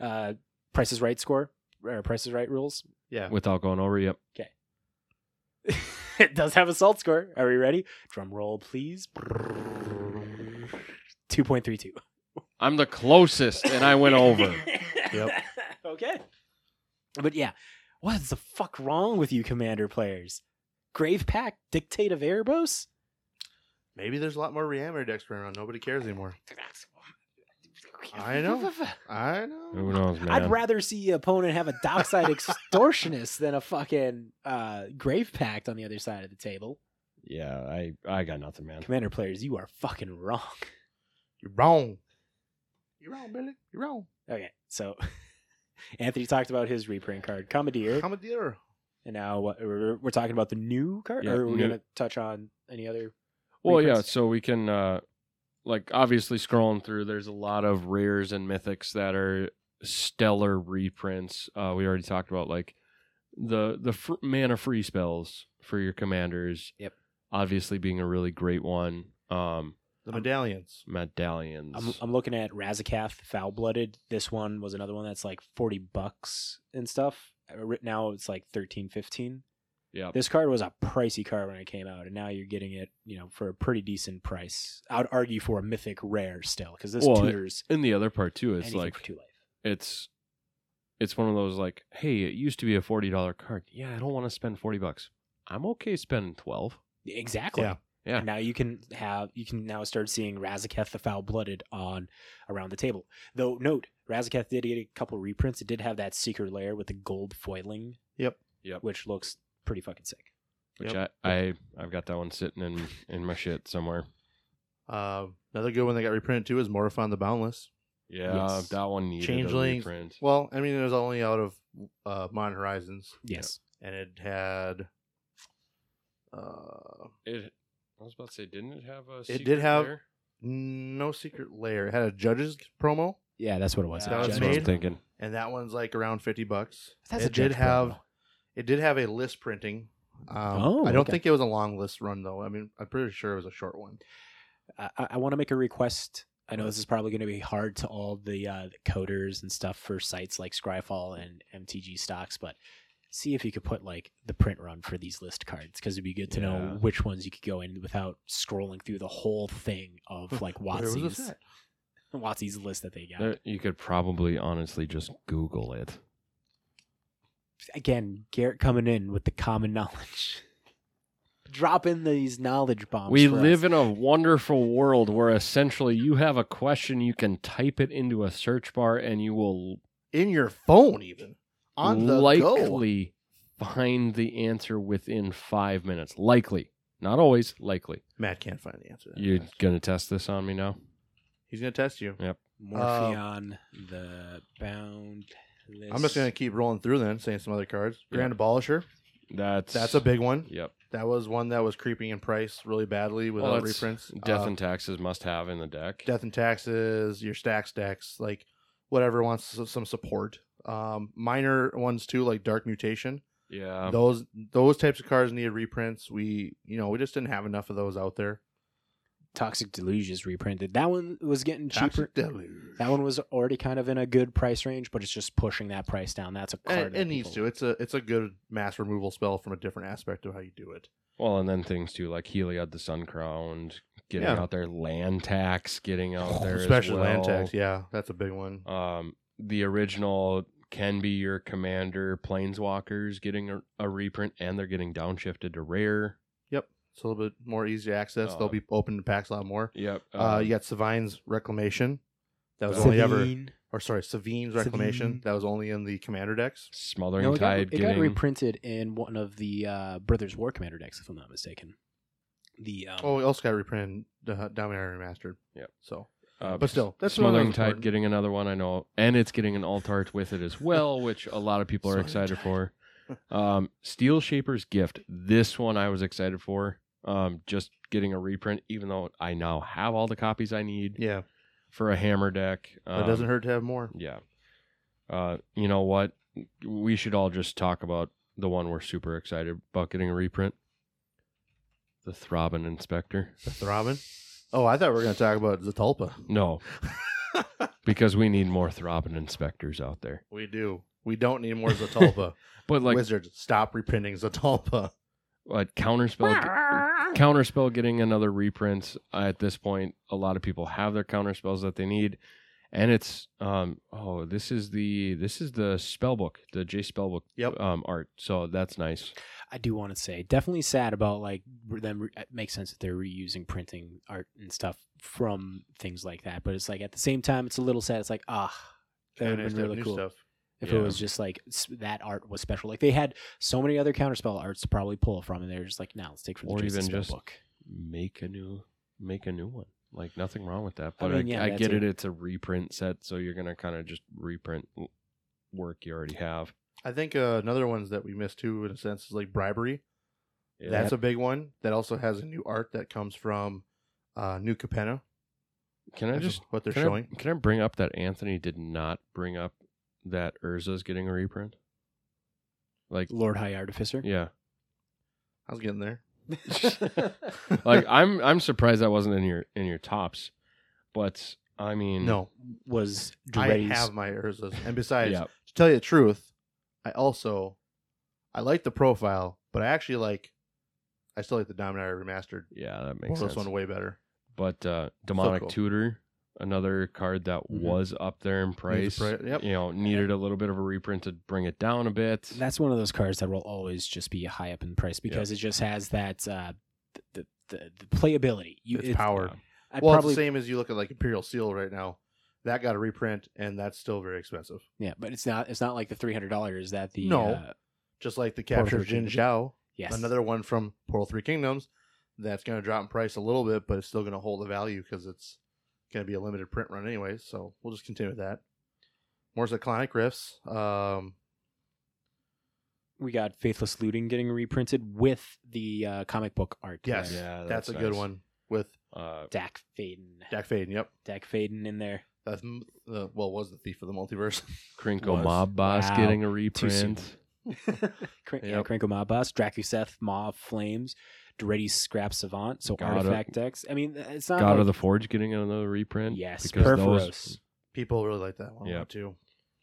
Uh, Price is Right score or Price is Right rules.
Yeah.
Without going over, yep.
it does have a salt score. Are we ready? Drum roll, please. Two point three two.
I'm the closest, and I went over.
Yep.
okay. But yeah, what is the fuck wrong with you, Commander players? Grave Pack, Dictate of Erebos?
Maybe there's a lot more Reanimator decks running around. Nobody cares anymore. I know. I know.
Who knows, man?
I'd rather see your opponent have a dockside extortionist than a fucking uh, Grave Pact on the other side of the table.
yeah, I I got nothing, man.
Commander players, you are fucking wrong.
You're wrong. You're wrong, Billy. You're wrong.
Okay, so Anthony talked about his reprint card, Commandeer,
Commandeer.
and now what, we're, we're talking about the new card,
Yeah,
or we're
new-
gonna touch on any other.
Well, yeah,
reprints?
so we can uh like obviously scrolling through there's a lot of rares and mythics that are stellar reprints. Uh we already talked about like the the fr- mana free spells for your commanders.
Yep.
Obviously being a really great one. Um
The medallions.
medallions.
I'm, I'm looking at Razakath Foul Blooded. This one was another one that's like 40 bucks and stuff. Uh, right Now it's like 13, 15.
yeah.
This card was a pricey card when it came out, and now you're getting it, you know, for a pretty decent price. I'd argue for a mythic rare still, because this
Well, it-
tutors
And the other part too is
anything
like
for two life.
it's it's one of those like, hey, it used to be a forty dollar card. Yeah, I don't want to spend forty bucks. I'm okay spending twelve.
Exactly.
Yeah.
Yeah.
And now you can have you can now start seeing Razaketh the Foul Blooded on around the table. Though note, Razaketh did get a couple reprints. It did have that secret layer with the gold foiling,
Yep.
Yep.
which looks pretty fucking sick.
Which
Yep.
I, I I've got that one sitting in in my shit somewhere.
Uh, another good one that got reprinted too is Mortifon the Boundless.
Yeah,
Yes.
that one needed a
Changelings.
reprint.
Well, I mean, it was only out of uh, Modern Horizons,
Yes.
and it had. Uh,
It, I was about to say, didn't it have a? It
did have- no secret layer. It had a judge's promo,
Yeah, that's what it was.
That
Yeah,
was
That's
Judge.
what I'm
made.
thinking.
and that one's like around fifty bucks.
That's a
it did
judge
have,
promo.
it did have a list printing. Um,
Oh,
I don't
okay.
think it was a long list run though. I mean, I'm pretty sure it was a short one.
I, I want to make a request. I know this is probably going to be hard to all the, uh, the coders and stuff for sites like Scryfall and MTG stocks, but see if you could put like the print run for these list cards because it'd be good to
Yeah.
know which ones you could go in without scrolling through the whole thing of like
Where was this
Watsy's
at?
Watsy's list that they got.
There, you could probably honestly just Google it.
Again, Garrett coming in with the common knowledge. Drop in these knowledge bombs.
we
for
live
us.
in a wonderful world where essentially you have a question, you can type it into a search bar, and you will
in your phone even on the go.
likely find the answer within five minutes. Likely, not always. Likely.
Matt can't find the answer. to that.
You're gonna test this on me now?
He's gonna test you.
Morpheon, the bound list.
I'm just gonna keep rolling through then, saying some other cards. Grand Abolisher,
That's
that's a big one.
Yep.
That was one that was creeping in price really badly
Well,
without
Oh, that's-
reprints.
Death
Uh,
and taxes must have in the deck.
death and taxes, your stack stacks, like whatever wants s- some support. Um, minor ones too, like dark mutation.
yeah.
those those types of cards needed reprints. We you know we just didn't have enough of those out there.
Toxic Deluge is reprinted. That one was getting cheaper.
Toxic Deluge.
That one was already kind of in a good price range, but it's just pushing that price down. That's a card.
And-
that
it needs
people-
to. It's a it's a good mass removal spell from a different aspect of how you do it.
Well, and then things too, like Heliod the Sun Crowned, getting
Yeah. Oh,
out there land tax, getting out there
Especially
as well.
land tax, yeah, that's a big one.
Um, the original can be your commander planeswalkers getting a, a reprint and they're getting downshifted to rare.
Yep. It's a little bit more easy access. They'll
Uh,
be open to packs a lot more.
Yep.
Uh,
um,
you got Savine's Reclamation. That was
Savine.
only ever, or sorry, Savine's Reclamation.
Savine.
That was only in the Commander decks.
Smothering
No, it, got,
Tide
it got
getting
reprinted in one of the uh, Brothers War Commander decks, if I'm not mistaken. The um,
Oh, we also got reprinted uh, Dominaria Remastered.
Yep.
So,
uh,
but still, that's one of
Smothering
those
Tide
important-
getting another one, I know, and it's getting an alt art with it as well, which a lot of people are
Smothering
excited
Tide.
for. Um, Steel Shaper's Gift. This one I was excited for. Um, just getting a reprint, even though I now have all the copies I need
Yeah,
for a hammer deck.
but it
Um,
doesn't hurt to have more.
Yeah. Uh, you know what? We should all just talk about the one we're super excited about getting a reprint. The Throbbing Inspector.
The Robin. Oh, I thought we were going to talk about Zatulpa.
No, because we need more Throbbing Inspectors out there.
we do. We don't need more Zatulpa.
But like,
Wizards, stop reprinting Zatulpa.
what counterspell? counterspell getting another reprint at this point. A lot of people have their counterspells that they need, and it's um oh this is the this is the spell book the J spell book
Yep.
um art. So that's nice.
I do want to say, definitely sad about like re- them. Re- it makes sense that they're reusing printing art and stuff from things like that, but it's like at the same time, it's a little sad. It's like ah, that would
And
have
it's
been really
new
cool
stuff.
if
Yeah.
it was just like s- that art was special. Like they had so many other counterspell arts to probably pull from, and they're just like, now let's take from the
Or
Jason
even
Spell
just-
book.
Make a new make a new one. Like nothing wrong with that.
I
But I,
mean, yeah,
I
that's
get
it.
it. It's a reprint set, so you're gonna kind of just reprint w- work you already have.
I think uh, another ones that we missed too, in a sense, is like bribery.
Yeah.
That's a big one. That also has a new art that comes from uh, New Capenna.
can I
That's
just
what they're
can I-
showing.
can I bring up that Anthony did not bring up that Urza's getting a reprint? Like
Lord High Artificer.
yeah.
I was getting there.
like I'm I'm surprised that wasn't in your in your tops, but I mean
No,
was
I
Duretti's.
have my Urzas. And besides,
yeah
to tell you the truth, I also I like the profile, but I actually like I still like the Dominaria remastered.
yeah that makes
Makes
sense.
this one way better.
But uh, demonic
cool. Mm-hmm.
tutor, another card that
Mhm.
was up there in price,
pri- yep.
you know, needed a little bit of a reprint to bring it down a bit.
That's one of those cards that will always just be high up in price because it just has that uh, the, the the playability. You,
It's power.
I
well,
probably
it's the same as you look at like Imperial Seal right now. That got a reprint, and that's still very expensive.
yeah, but it's not it's not like the three hundred dollars that the
No.
uh,
Just like the
Portal
capture of
Three
Jin
Kingdoms.
Zhao,
yes
another one from Portal Three Kingdoms. That's going to drop in price a little bit, but it's still going to hold the value because it's going to be a limited print run anyway. So we'll just continue with that. More cyclonic riffs. Um,
we got faithless looting getting reprinted with the uh, comic book art.
yes,
there.
Yeah, that's
that's, a good
nice.
one with
Uh,
Dak Faden.
Dak Faden. Yep,
Dak Faden in there.
that's m- uh, well was the thief of the multiverse.
Krinko
Was.
Mob Boss
Wow.
getting a
Too soon.
reprint.
Crank, yeah,
Yep.
Cranko Mob Boss, Dracuseth, Maw of Flames, Duretti Scrap Savant. So
God of-
artifact decks. I mean, it's not
God
like,
of the Forge getting another reprint.
yes,
because
Perforos.
those-
People really like that one a lot,
Yep.
too.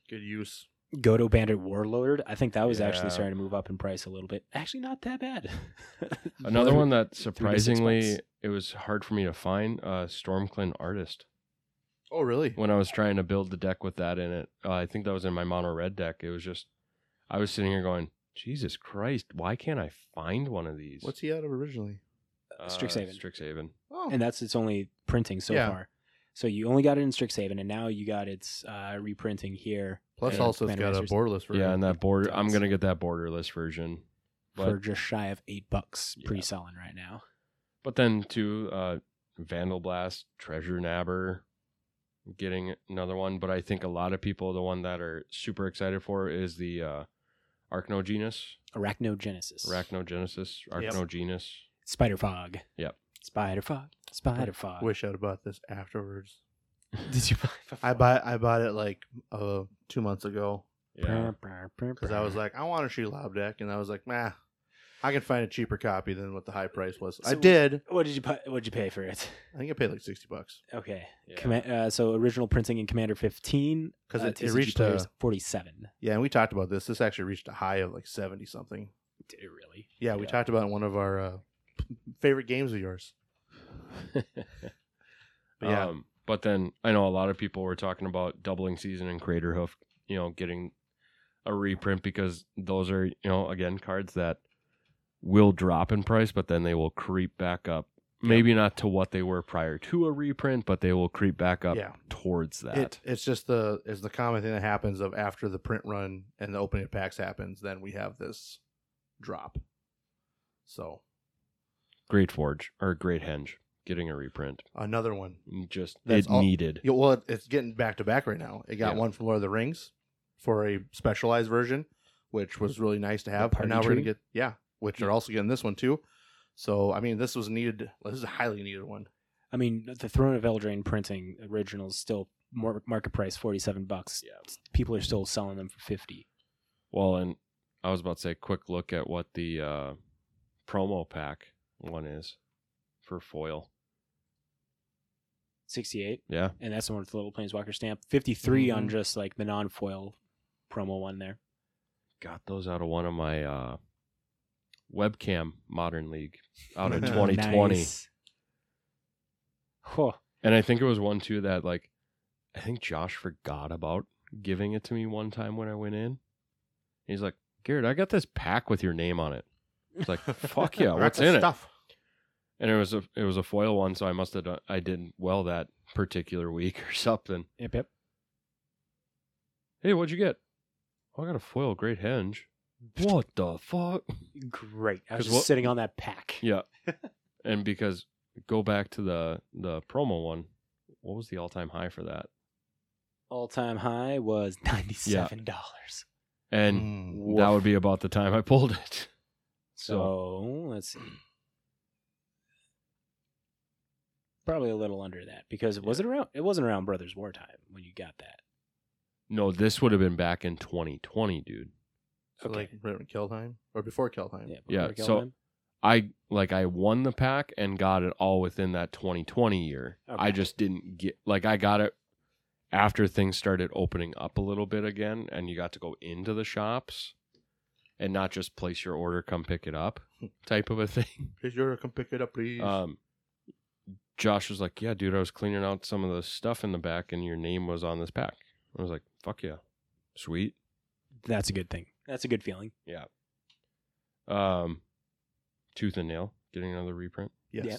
Good use.
Goto Bandit Warlord. I think that was actually
Yeah.
starting to move up in price a little bit. Actually, not that bad.
Another one that
six
surprisingly
months.
it was hard for me to find. Uh, Stormclan Artist.
Oh, really?
when I was trying to build the deck with that in it. Uh, I think that was in my mono red deck. It was just, I was sitting here going, Jesus Christ, why can't I find one of these?
What's he out of originally?
uh,
Strixhaven.
Strixhaven.
Oh,
and that's its only printing so
Yeah.
far. So you only got it in Strixhaven, and now you got its uh, reprinting here
plus
and
also it's
Commander
got a
Masters.
borderless version.
yeah, and that border. I'm
Tons.
gonna get that borderless version.
for
But
just shy of eight bucks
Yeah.
pre-selling right now.
but then too, uh, Vandal Blast, Treasure Nabber, getting another one. But I think a lot of people, the one that are super excited for is the uh, Arachnogenus,
Arachnogenesis,
Arachnogenesis, Arachnogenus.
Spider Fog.
Yep.
Spider Fog. Spider Fog.
Wish I'd have bought this afterwards.
Did you buy?
I bought I bought it like uh two months ago
Yeah.
because I was like, I want a She Lob deck, and I was like, nah, I can find a cheaper copy than what the high price was. I
So-
did.
what did you pay? What did you pay for it?
I think I paid like sixty bucks
Okay.
Yeah.
Comma- uh, so original printing in Commander 15
because
uh,
it, it
TCG
reached
players
a
47.
yeah. And we talked about this. This actually reached a high of like seventy something.
Did it really?
Yeah, we
Yeah.
talked about it in one of our uh, favorite games of yours. But
Oh,
yeah.
Um, but then I know a lot of people were talking about doubling season and Craterhoof, you know, getting a reprint because those are, you know, again, cards that will drop in price, but then they will creep back up. Maybe not to what they were prior to a reprint, but they will creep back up
Yeah.
towards that.
It, it's just the it's the common thing that happens of after the print run and the opening of packs happens, then we have this drop. So
Great Forge or Great Henge getting a reprint.
another one.
Just
That's
it
all-
needed.
Yeah, well, it- it's getting back to back right now. It got
Yeah.
one from Lord of the Rings for a specialized version, which was really nice to have.
party
And now we're gonna
tree?
get yeah, which are also getting this one too. So I mean, this was needed. This is a highly needed one.
I mean, the Throne of Eldraine printing originals still more market price forty seven bucks.
Yeah.
People are still selling them for fifty.
Well, and I was about to say, quick look at what the uh, promo pack one is for foil.
Sixty eight,
Yeah,
and that's the one with the little planeswalker stamp. Fifty three on
Mhm.
just like the non foil promo one there.
got those out of one of my uh, webcam modern league out of 2020,
Nice. Huh.
and I think it was one too that like I think Josh forgot about giving it to me one time when I went in. He's like, Garrett, I got this pack with your name on it. It's like, fuck yeah, what's
Lots of
in it?
Stuff.
And it was a it was a foil one, so I must have done, I did well that particular week or something.
Yep, yep.
Hey, what'd you get? Oh, I got a foil great henge. What the fuck?
Great. I
'Cause
was just
what-
sitting on that pack.
Yeah. and because go back to the the promo one, what was the all time high for that?
All time high was ninety seven dollars.
And
Mm.
that would be about the time I pulled it.
Oh.
So
So let's see. Probably a little under that because it wasn't around. It wasn't around Brothers Wartime when you got that.
no, this would have been back in 2020, dude.
So
okay.
like right when Keldheim or before Keldheim.
Yeah,
before
so-
Gilman.
I like I won the pack and got it all within that 2020 year. I
Okay.
just didn't get like I got it after things started opening up a little bit again and you got to go into the shops and not just place your order come pick it up type of a thing.
Here's your come pick it up, please.
Um Josh was like, "Yeah, dude, I was cleaning out some of the stuff in the back and your name was on this pack." I was like, "Fuck yeah. Sweet."
that's a good thing. That's a good feeling.
Um Tooth and Nail getting another reprint.
yes.
yeah.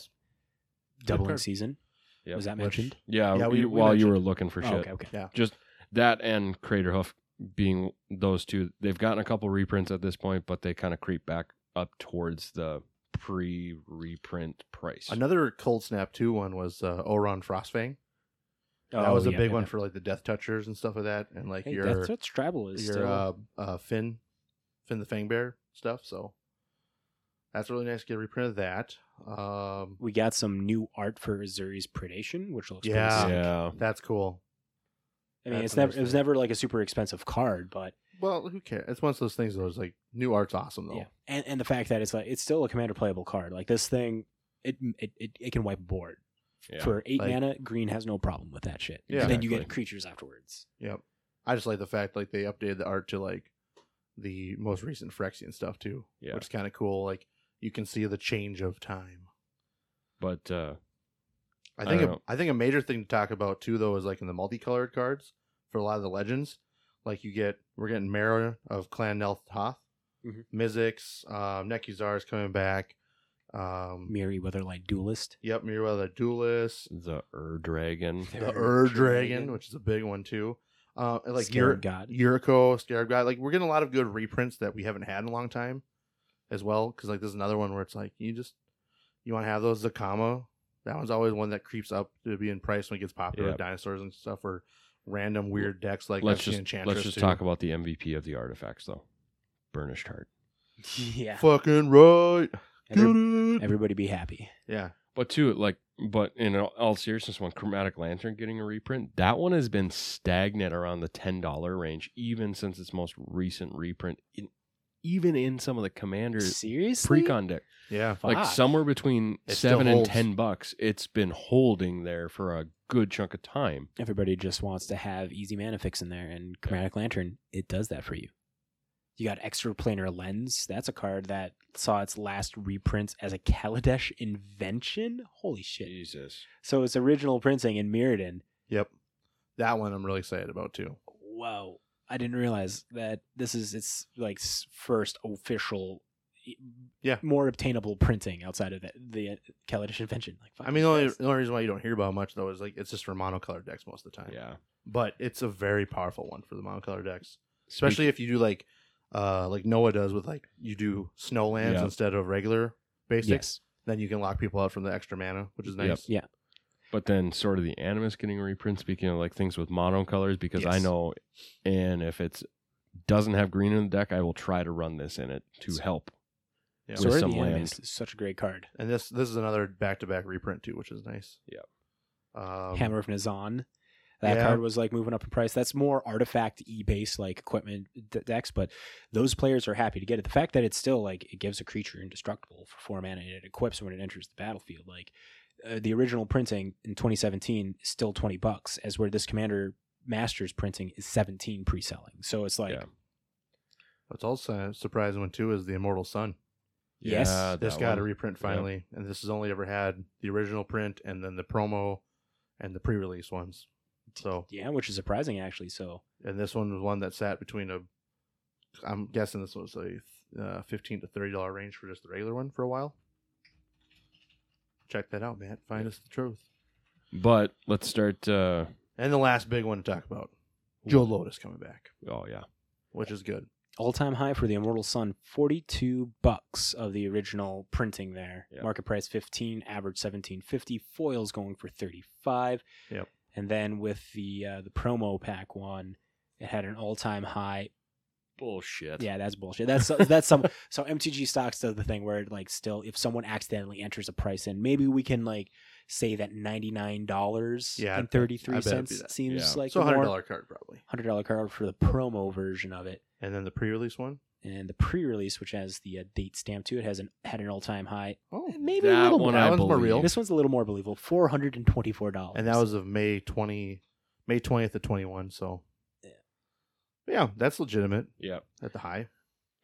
Doubling
card.
season
Yep.
was that
Which-
mentioned?
Yeah,
Yeah, we-
you-
we
while you
mentioned-
were looking for
Oh,
shit.
okay, okay.
Yeah.
just that and Craterhoof being those two. They've gotten a couple reprints at this point, but they kind of creep back up towards the pre-reprint price.
Another cold snap too one was uh, Oron Frostfang. That
Oh,
was a
yeah,
big
yeah,
one
yeah.
for like the Death Touchers and stuff like that, and like
Hey,
your
that's what tribal is.
your
still.
uh, uh, Finn, Finn the Fang Bear stuff. So that's really nice to get a reprint of that. Um,
we got some new art for Azuri's predation, which looks pretty
Yeah.
sick.
yeah,
that's cool.
I mean,
That's
it's never
nice
it was
thing.
never like a super expensive card, but
Well, who cares? It's one of those things though. It's like new art's awesome though.
yeah, and and the fact that it's like it's still a commander playable card. Like this thing, it it it, it can wipe a board
yeah.
for eight
Like-
mana. Green has no problem with that shit.
Yeah.
and then you get
Exactly.
creatures afterwards.
Yep. I just like the fact like they updated the art to like the most recent Phyrexian stuff too,
Yeah.
which is kind of cool. Like you can see the change of time.
but uh,
I
I
think
don't
a,
know.
I think a major thing to talk about too, though, is like in the multicolored cards for a lot of the legends, like you get we're getting Mara of Clan Nelth Hoth,
Mhm.
Mizzix, um, Nekuzar is coming back. Um,
Miri Weatherlight Duelist.
Yep, Mira the Duelist,
the Ur Dragon,
the Ur Dragon, which is a big one too. Uh, and, like
Scarab
Yur-
God.
Yuriko, Scarab God. Like we're getting a lot of good reprints that we haven't had in a long time, as well. Because like there's another one where it's like you just you want to have those Zakama. That one's always one that creeps up to be in price when it gets popular
Yep.
with dinosaurs and stuff or random weird decks like
let's
I've seen
just
Enchantress
let's just
too.
talk about the MVP of the artifacts though, Burnished Heart.
yeah,
Fucking right,
Every-
Doo-doo.
everybody be happy.
yeah.
But too, like, but in all- all seriousness, when Chromatic Lantern getting a reprint, that one has been stagnant around the ten dollar range, even since its most recent reprint. In, even in some of the commanders
Seriously,
precon deck,
Yeah,
like
Fuck.
somewhere between
It still
seven and
holds.
ten bucks, it's been holding there for a good chunk of time.
everybody just wants to have easy mana fix in there and chromatic lantern it does that for you you got extra planar lens that's a card that saw its last reprint as a kaladesh invention holy shit
Jesus,
so its original printing in mirrodin
yep. That one I'm really excited about too.
wow I didn't realize that this is its like s- first official, e-
Yeah.
more obtainable printing outside of the, the Kaladesh Convention. Like,
I
fucking
mean, the only,
yes.
the only reason why you don't hear about it much though is like it's just for monocolored decks most of the time.
Yeah.
But it's a very powerful one for the monocolored decks, especially if you do like, uh, like Noah does with like you do snowlands
Yeah.
instead of regular basics.
yes,
Then you can lock people out from the extra mana, which is
Yep.
nice.
Yeah.
But then sort of the animus getting a reprint, speaking of like things with mono colors, because I
Yes.
know and if it's doesn't have green in the deck, I will try to run this in it to help.
Yeah.
with
Sword of
some
the Enemy
land.
is such a great card.
And this this is another back to back reprint too, which is nice.
Yep.
Um,
Hammer of Nazan. That
Yeah.
card was like moving up in price. That's more artifact e base like equipment d- decks, but those players are happy to get it. The fact that it's still like it gives a creature indestructible for four mana and it equips when it enters the battlefield. Like uh, the original printing in 2017 is still 20 bucks, as where this Commander Masters printing is 17 pre selling. So it's like,
Yeah.
What's also a surprising one too is the Immortal Sun.
Yes.
Yeah,
This
that
got a
one.
reprint finally, and this has only ever had the original print and then the promo and the pre release ones. So
yeah, which is surprising actually. So
and this one was one that sat between a i'm guessing this was a uh, 15 to 30 dollar range for just the regular one for a while check that out man find us the truth
But let's start uh
and the last big one to talk about joe lotus coming back
oh yeah.
which is good
all time high for the Immortal Sun, 42 bucks of the original printing there.
Yeah.
Market price 15, average 17.50, foils going for 35.
Yep.
And then with the uh, the promo pack one, it had an all time high.
Bullshit.
Yeah, that's bullshit. That's that's some so MTG stocks does the thing where it like still if someone accidentally enters a price in, maybe we can like say that ninety nine dollars and
Yeah, I bet- I bet
thirty
it'd
three
be
cents
that.
seems
Yeah.
like
so
a
hundred
more-
dollar card probably
hundred dollar card for the promo version of it
and then the pre-release one
and the pre-release, which has the uh, date stamp to it, has an had an all-time high.
oh
Eh, Maybe a
That
little
one
more.
I
that one's more
believe.
real
This one's a little more believable. Four hundred and twenty-four dollars,
Oh. and that was of may 20 may 20th to 21 so
Yeah.
yeah that's legitimate
Yeah.
at the high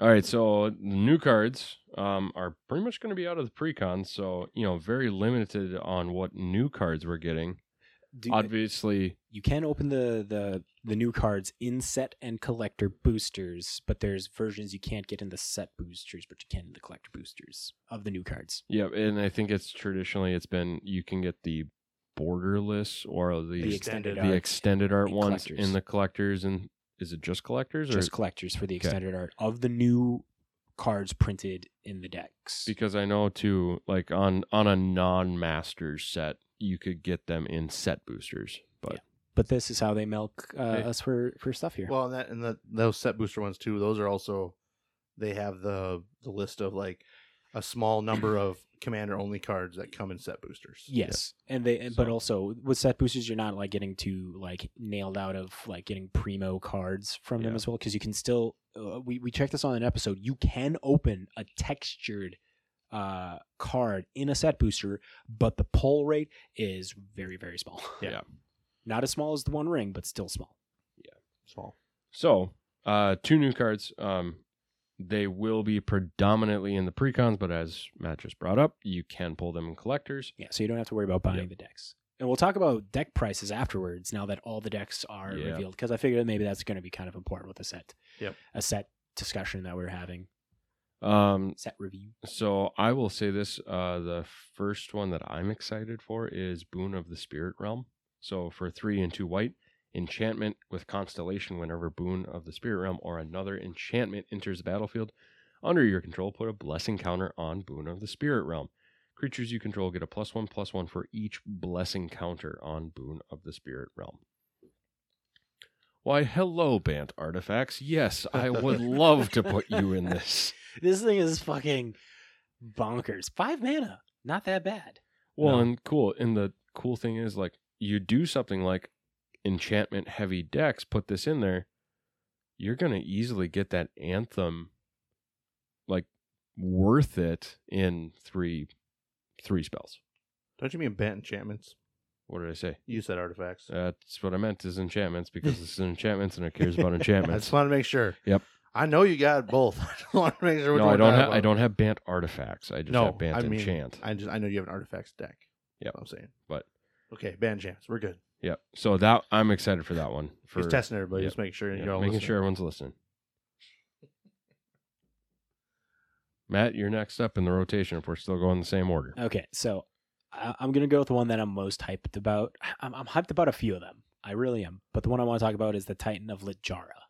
All right, so the new cards um, are pretty much going to be out of the pre-con, so you know, very limited on what new cards we're getting.
Do-
Obviously,
you can open the the the new cards in set and collector boosters, but there's versions you can't get in the set boosters, but you can in the collector boosters of the new cards.
yeah, and I think it's traditionally it's been you can get the borderless or the
The
the,
extended,
extended-
art,
extended art
and
ones
collectors.
in the collectors and is it just collectors
just
or
collectors for the
Okay.
extended art of the new cards printed in the decks.
because I know too like on on a non-masters set you could get them in set boosters, but
Yeah. But this is how they milk uh,
Hey.
us for for stuff here.
Well, and that and the, those set booster ones too. Those are also they have the the list of like a small number of commander only cards that come in set boosters.
Yes, and they, and but
So-
also with set boosters, you're not like getting too like nailed out of like getting primo cards from them
Yeah.
as well because you can still. Uh, we we checked this on an episode. You can open a textured uh card in a set booster, but the pull rate is very very small.
Yeah.
Yeah.
not as small as the One Ring, but still small.
small.
So, uh, two new cards. Um, they will be predominantly in the precons, but as Matt just brought up, you can pull them in collectors.
Yeah, so you don't have to worry about buying
Yeah.
the decks. And we'll talk about deck prices afterwards. Now that all the decks are
Yeah.
revealed, because I figured maybe that's going to be kind of important with a set.
Yep.
A set discussion that we're having.
Um,
Set review.
so I will say this: uh, the first one that I'm excited for is Boon of the Spirit Realm. So for three and two white enchantment with constellation, whenever Boon of the Spirit Realm or another enchantment enters the battlefield under your control, put a blessing counter on Boon of the Spirit Realm. Creatures you control get a plus one plus one for each blessing counter on Boon of the Spirit Realm. Why, hello, Bant Artifacts. Yes, I would love to put you in this.
This thing is fucking bonkers. Five mana, not that bad.
Well,
No.
and cool. And the cool thing is, like, you do something like enchantment heavy decks, put this in there, you're going to easily get that anthem, like, worth it in three three spells.
Don't you mean bent enchantments?
What did I say?
You said
Uh,
artifacts.
That's what I meant is enchantments because this is enchantments and it cares about enchantments.
I just want to make sure.
Yep.
I know you got both. I just want to make sure. Which
no, I
one we're
don't.
talking
Ha- I
about.
don't have Bant artifacts. I just
No,
have Bant
I mean-
enchant.
I just I know you have an artifacts deck.
Yep.
That's what I'm saying.
But-
okay, band champs. We're good.
Yep. So that I'm excited for that one. For
He's testing everybody,
Yep.
just making sure
yeah,
you're all
making
listening.
sure everyone's listening. Matt, you're next up in the rotation. If we're still going the same order,
Okay, so I, I'm gonna go with the one that I'm most hyped about. I'm, I'm hyped about a few of them. I really am. But the one I want to talk about is the Titan of Litjara.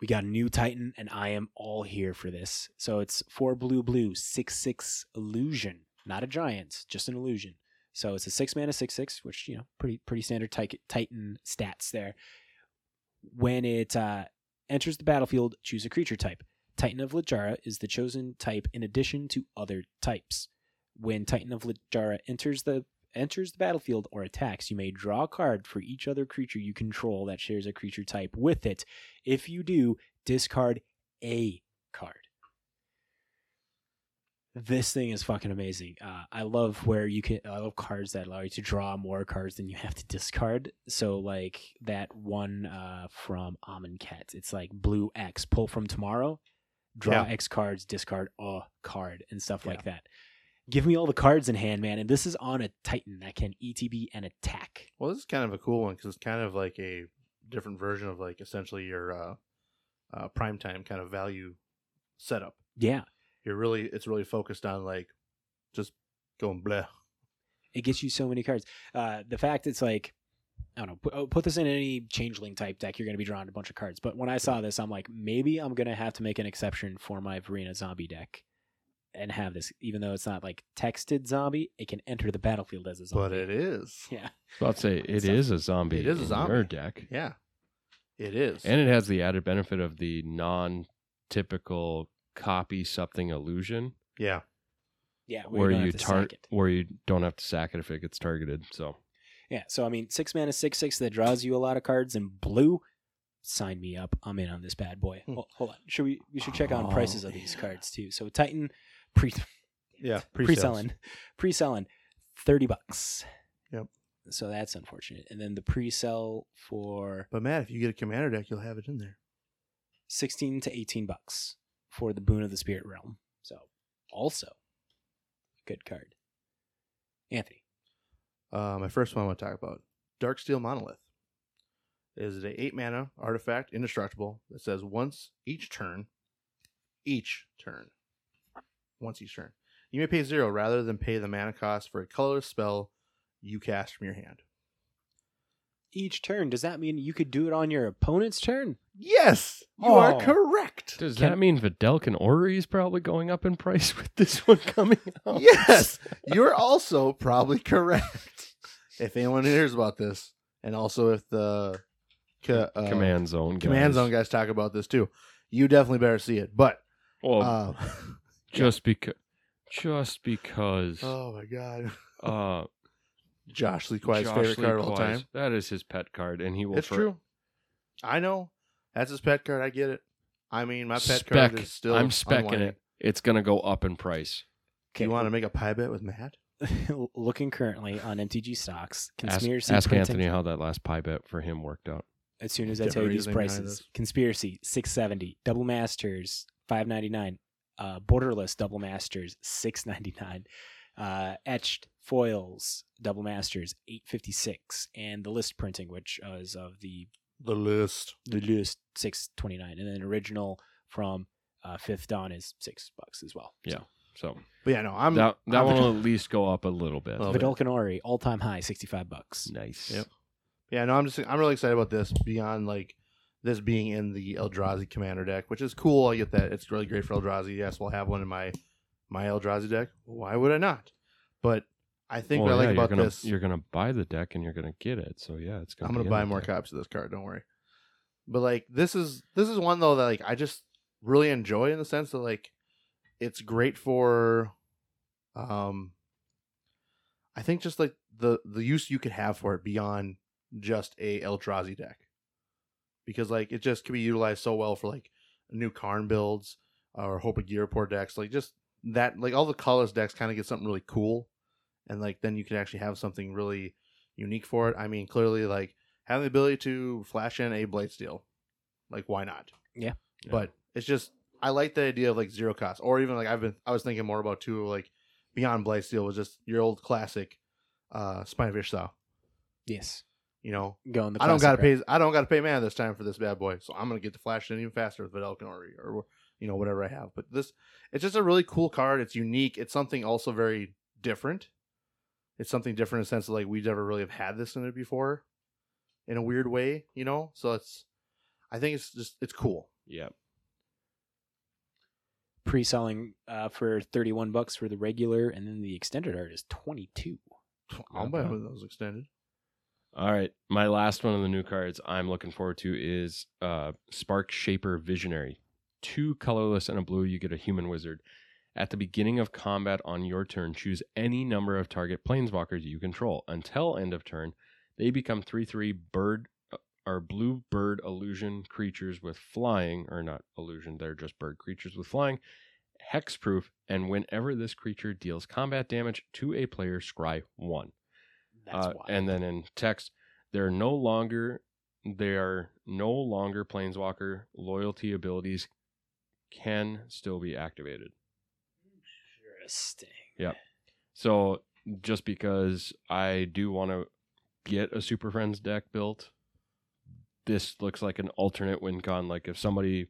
We got a new Titan, and I am all here for this. So it's four blue blue six six illusion, not a giant, just an illusion. So it's a six mana six six, which you know pretty pretty standard tit- Titan stats there. When it uh, enters the battlefield, choose a creature type. Titan of Lajara is the chosen type in addition to other types. When Titan of Lajara enters the enters the battlefield or attacks, you may draw a card for each other creature you control that shares a creature type with it. If you do, discard a card. This thing is fucking amazing. Uh, I love where you can. I love cards that allow you to draw more cards than you have to discard. So like that one uh, from Amon Cat. It's like blue X pull from tomorrow, draw
Yeah.
X cards, discard a card, and stuff like
Yeah.
that. Give me all the cards in hand, man. And this is on a Titan that can ETB and attack.
Well, this is kind of a cool one because it's kind of like a different version of like essentially your uh, uh, prime time kind of value setup.
Yeah,
You're really it's really focused on like just going blah.
it gets you so many cards. Uh, the fact it's like, I don't know, put, oh, put this in any changeling type deck, you're going to be drawing a bunch of cards. But when I saw this, I'm like, maybe I'm going to have to make an exception for my Verena zombie deck and have this, even though it's not like texted zombie, it can enter the battlefield as a zombie.
But it is,
yeah.
so I'd say it is a zombie.
It is a
in
zombie.
Your deck,
yeah, it is.
and it has the added benefit of the non-typical copy something illusion,
yeah,
Yeah.
where
don't have
you
to
tar-
sack it.
where you don't have to sack it if it gets targeted. So
Yeah. So, I mean, six mana, six, six that draws you a lot of cards and blue. Sign me up. I'm in on this bad boy.
Hmm.
Hold, hold on. Should we, we should check on
Oh,
prices of these
yeah.
cards too. So Titan pre
yeah.
pre-selling, pre-selling, thirty bucks.
Yep.
So that's unfortunate. And then the pre-sell for
But Matt, if you get a commander deck, you'll have it in there.
sixteen to eighteen bucks for the Boon of the Spirit Realm. So also a good card. Anthony,
Uh, my first one I want to talk about Darksteel Monolith. It is an eight mana artifact, indestructible. That says once each turn, each turn, once each turn, you may pay zero rather than pay the mana cost for a colorless spell you cast from your hand.
each turn does that mean you could do it on your opponent's turn?
Yes, you are
Oh.
correct.
does that mean Videlkin Ori is probably going up in price with this one coming out?
Yes, you're also probably correct. If anyone hears about this, and also if the ca- uh,
command zone. Guys.
command zone guys talk about this too, you definitely better see it. But
Well,
uh,
just because, just because.
oh my god,
uh,
Josh Lee Quiet's
Josh
favorite
Lee
card of all
Kawhi's-
time.
That is his pet card, and he will.
It's
for-
true. I know that's his pet card. I get it. I mean, my pet
Spec.
card is still.
I'm specking
unwinding.
it. It's gonna go up in price.
Do you want to make a pie bet with Matt?
looking currently on MTG stocks,
Ask,
conspiracy
ask
printing-
Anthony how that last pie bet for him worked out.
as soon as I
Different
tell you these
reasoning behind
prices.
this.
Conspiracy, six seventy. Double Masters, five ninety nine. Uh, borderless Double Masters, six ninety nine. Uh, etched foils Double Masters, eight fifty six. And the list printing, which is of the
The list.
the list, six twenty nine. And then original from uh, Fifth Dawn is six bucks as well.
Yeah. So
But yeah, no, I'm
that that
I'm-
one will at least go up a little bit.
Well, Love it.
Vidalcanori, all time high, sixty five bucks.
Nice.
Yep. Yeah, no, I'm just I'm really excited about this beyond like this being in the Eldrazi commander deck, which is cool. I get that. It's really great for Eldrazi. Yes, we'll have one in my my Eldrazi deck. Why would I not? But I think
Well,
what I
yeah,
like
you're
about
gonna-
this
you're gonna buy the deck and you're gonna get it. So yeah, it's gonna.
I'm
be
gonna
in
buy
the
more
deck.
copies of this card. Don't worry. But like this is this is one though that like I just really enjoy in the sense that like it's great for, um, I think just like the the use you could have for it beyond just a Eldrazi deck, because like it just can be utilized so well for like new Karn builds or Hope of Gearport decks. Like just that like all the colors decks kind of get something really cool, and like then you can actually have something really unique for it. I mean, clearly, like having the ability to flash in a blade steel, like why not?
Yeah.
Yeah.
But it's just I like the idea of like zero cost, or even like I've been I was thinking more about too like beyond blade steel was just your old classic, uh, spinefish style,
Yes.
You know,
Go in the
I don't
classic
gotta
route.
pay. I don't gotta pay mana this time for this bad boy. So I'm gonna get the flash in even faster with Vidalcan or, or you know whatever I have. But this, it's just a really cool card. It's unique. It's something also very different. It's something different in the sense of like we never really have had this in it before, in a weird way. You know, so it's. I think it's just it's cool.
Yep.
Pre-selling uh, for thirty-one bucks for the regular, and then the extended art is twenty-two.
I'll
Not
buy
bad.
one of those extended.
All right. My last one of the new cards I'm looking forward to is uh, Spark Shaper Visionary. Two colorless and a blue, you get a human wizard. At the beginning of combat on your turn, choose any number of target planeswalkers you control. Until end of turn, they become 3 3 bird uh, or blue bird illusion creatures with flying, or not illusion, they're just bird creatures with flying, hexproof, and whenever this creature deals combat damage to a player, scry 1.
That's
Uh,
why.
and then in text, they're no longer they are no longer planeswalker loyalty abilities can still be activated.
Interesting.
So just because I do want to get a Super Friends deck built, this looks like an alternate win con. Like if somebody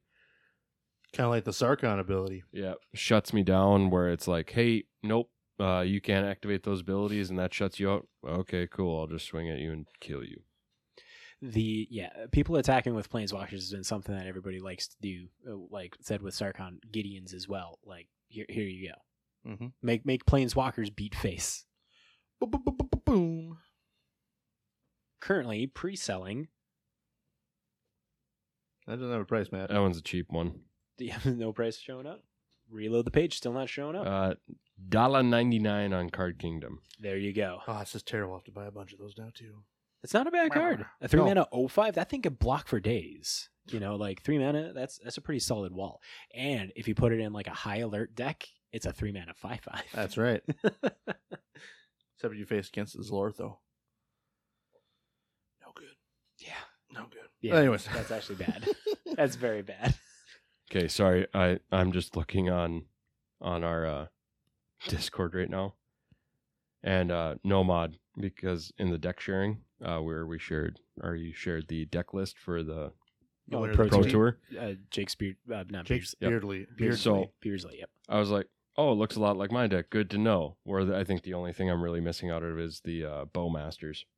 Kind of like the Sarkon ability.
yeah shuts me down, where it's like, hey, nope, uh, you can't activate those abilities, and that shuts you out. Okay, cool. I'll just swing at you and kill you.
the yeah people attacking with planeswalkers has been something that everybody likes to do uh, like said with sarkon gideons as well like here, here you go
Mhm.
make make planeswalkers beat face
Boom, boom, boom, boom, boom, boom.
currently pre-selling
That doesn't have a price, Matt.
That one's a cheap one.
do you have no price showing up reload the page still not showing up
Uh, dollar ninety nine on Card Kingdom.
there you go
Oh, it's just terrible. I have to buy a bunch of those now too.
it's not a bad card a three
No.
mana 05 that thing could block for days you know like three mana that's that's a pretty solid wall and if you put it in like a high alert deck it's a three mana five five
That's right. Except you face against Zlorth, though. No good.
yeah
No good.
yeah
Anyways.
that's actually bad that's very bad
Okay, sorry. I I'm just looking on on our uh, Discord right now, and uh, no mod because in the deck sharing uh, where we shared or you shared the deck list for the
The winner
Oh,
of the
Pro Tour.
Pro Tour.
Uh, Jake Spear, uh, not
Jake's
Jake's
Yep.
Beardly.
Beardsley. So-
Beersley. Yep.
I was like, oh, it looks a lot like my deck. Good to know. Where the, I think the only thing I'm really missing out of is the uh, Bowmasters.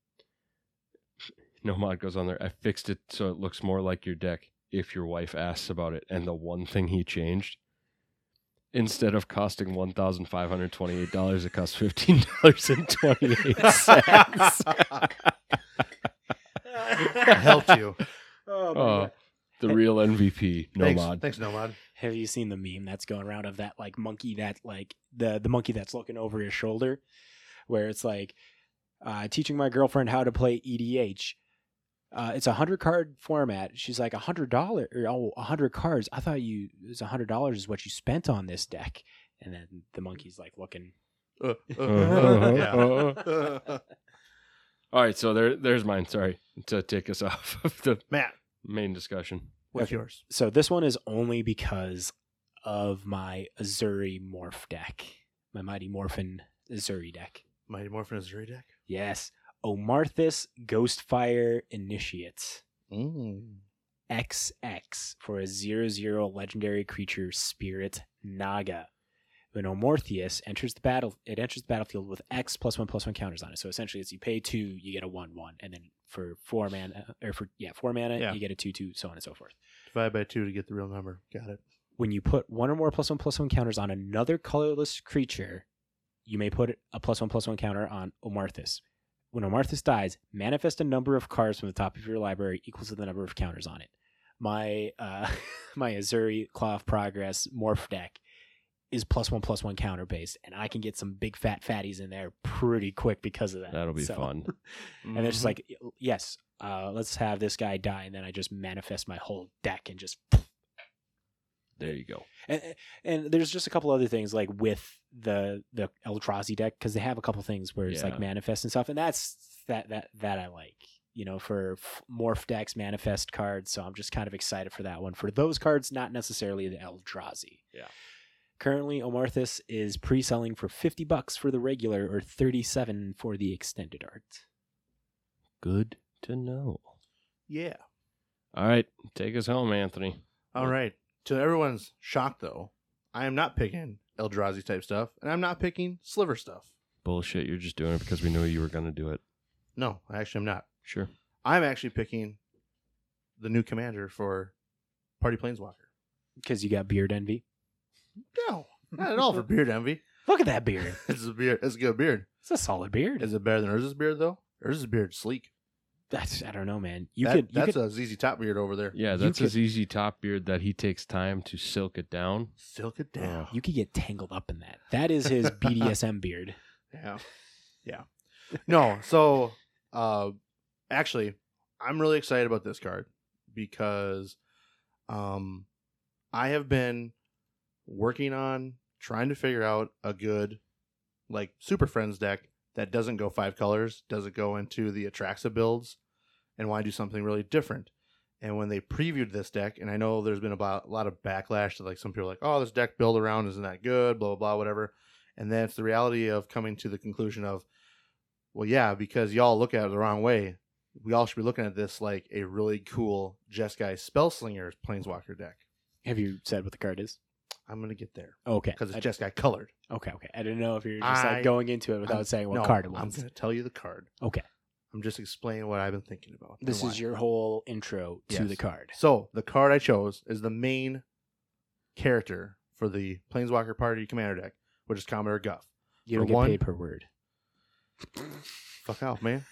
No mod goes on there. I fixed it so it looks more like your deck if your wife asks about it. And the one thing he changed, instead of costing $1,528, it costs $15.28.
I helped you.
Oh,
oh, the real MVP, no
Thanks.
mod.
Thanks, Nomad.
Have you seen the meme that's going around of that like monkey that like the the monkey that's looking over his shoulder, where it's like uh, teaching my girlfriend how to play EDH. Uh, it's a hundred card format. She's like a hundred dollar or oh a hundred cards. I thought you it was a hundred dollars is what you spent on this deck. And then the monkey's like looking.
Uh, uh,
Uh-huh.
uh,
yeah.
Uh-huh. All right, so there, there's mine. Sorry to take us off of the
Matt,
main discussion.
what's
Okay.
yours?
So this one is only because of my Azuri Morph deck, my Mighty Morphin Azuri deck.
Mighty Morphin Azure deck?
Yes, Omarthus Ghostfire Initiate
Mm.
XX for a 0-0 legendary creature Spirit Naga. When Omorpheus enters the battle, it enters the battlefield with X plus one plus one counters on it. So essentially, it's you pay two, you get a one one, and then for four mana, or for yeah four mana,
Yeah.
you get a two two, so on and so forth.
Divide by two to get the real number. Got it.
when you put one or more plus one plus one counters on another colorless creature, you may put a plus one plus one counter on Omarthus. When Omarthus dies, manifest a number of cards from the top of your library equal to the number of counters on it. My uh, my Azuri Claw of Progress morph deck is plus one plus one counter based, and I can get some big fat fatties in there pretty quick because of that.
That'll be
So-
fun.
and it's just like, yes, uh, let's have this guy die, and then I just manifest my whole deck and just
There you go.
and, and there's just a couple other things like with the the Eldrazi deck because they have a couple things where it's
Yeah.
like manifest and stuff, and that's that that that I like. You know, for f- morph decks, manifest cards. So I'm just kind of excited for that one. For those cards, not necessarily the Eldrazi.
Yeah.
Currently, Omarthus is pre-selling for 50 bucks for the regular or 37 for the extended art.
Good to know.
Yeah.
All right, take us home, Anthony.
All right. To everyone's shock, though, I am not picking Eldrazi type stuff, and I'm not picking Sliver stuff.
Bullshit, you're just doing it because we knew you were going to do it.
No, I actually am not.
Sure.
I'm actually picking the new commander for Party Planeswalker.
because you got beard envy.
No, not at all for Beard Envy.
Look at that beard.
It's a beard. It's a good beard.
It's a solid beard.
Is it better than Urza's beard though? Urza's beard sleek.
That's I don't know, man. You
That-
could you
that's
could,
a ZZ Top beard over there.
Yeah,
You
that's
could-
his easy top beard that he takes time to silk it down.
Silk it down.
you could get tangled up in that. That is his BDSM beard.
Yeah. Yeah. No, so uh actually I'm really excited about this card because um I have been working on trying to figure out a good like Super Friends deck that doesn't go five colors, doesn't go into the Atraxa builds, and want to do something really different. And when they previewed this deck, and I know there's been about a lot of backlash to like some people are like, oh, this deck build around isn't that good, blah blah blah, whatever. And then it's the reality of coming to the conclusion of, well, yeah, because y'all look at it the wrong way. We all should be looking at this like a really cool Jeskai Spellslinger's Planeswalker deck.
Have you said what the card is? Oh,
I'm gonna get there
Okay,
because
I-
it's Jeskai colored.
okay, okay. I didn't know if you're just
I-
like going into it without
I'm-
saying what
no,
card it
I'm
was.
gonna tell you the card.
Okay,
I'm just explaining what I've been thinking about. and
this
why.
is your whole intro to
Yes.
the card.
So the card I chose is the main character for the Planeswalker Party Commander deck, which is Commodore Guff.
You
For
don't get
one-
paid per word.
Fuck out, man.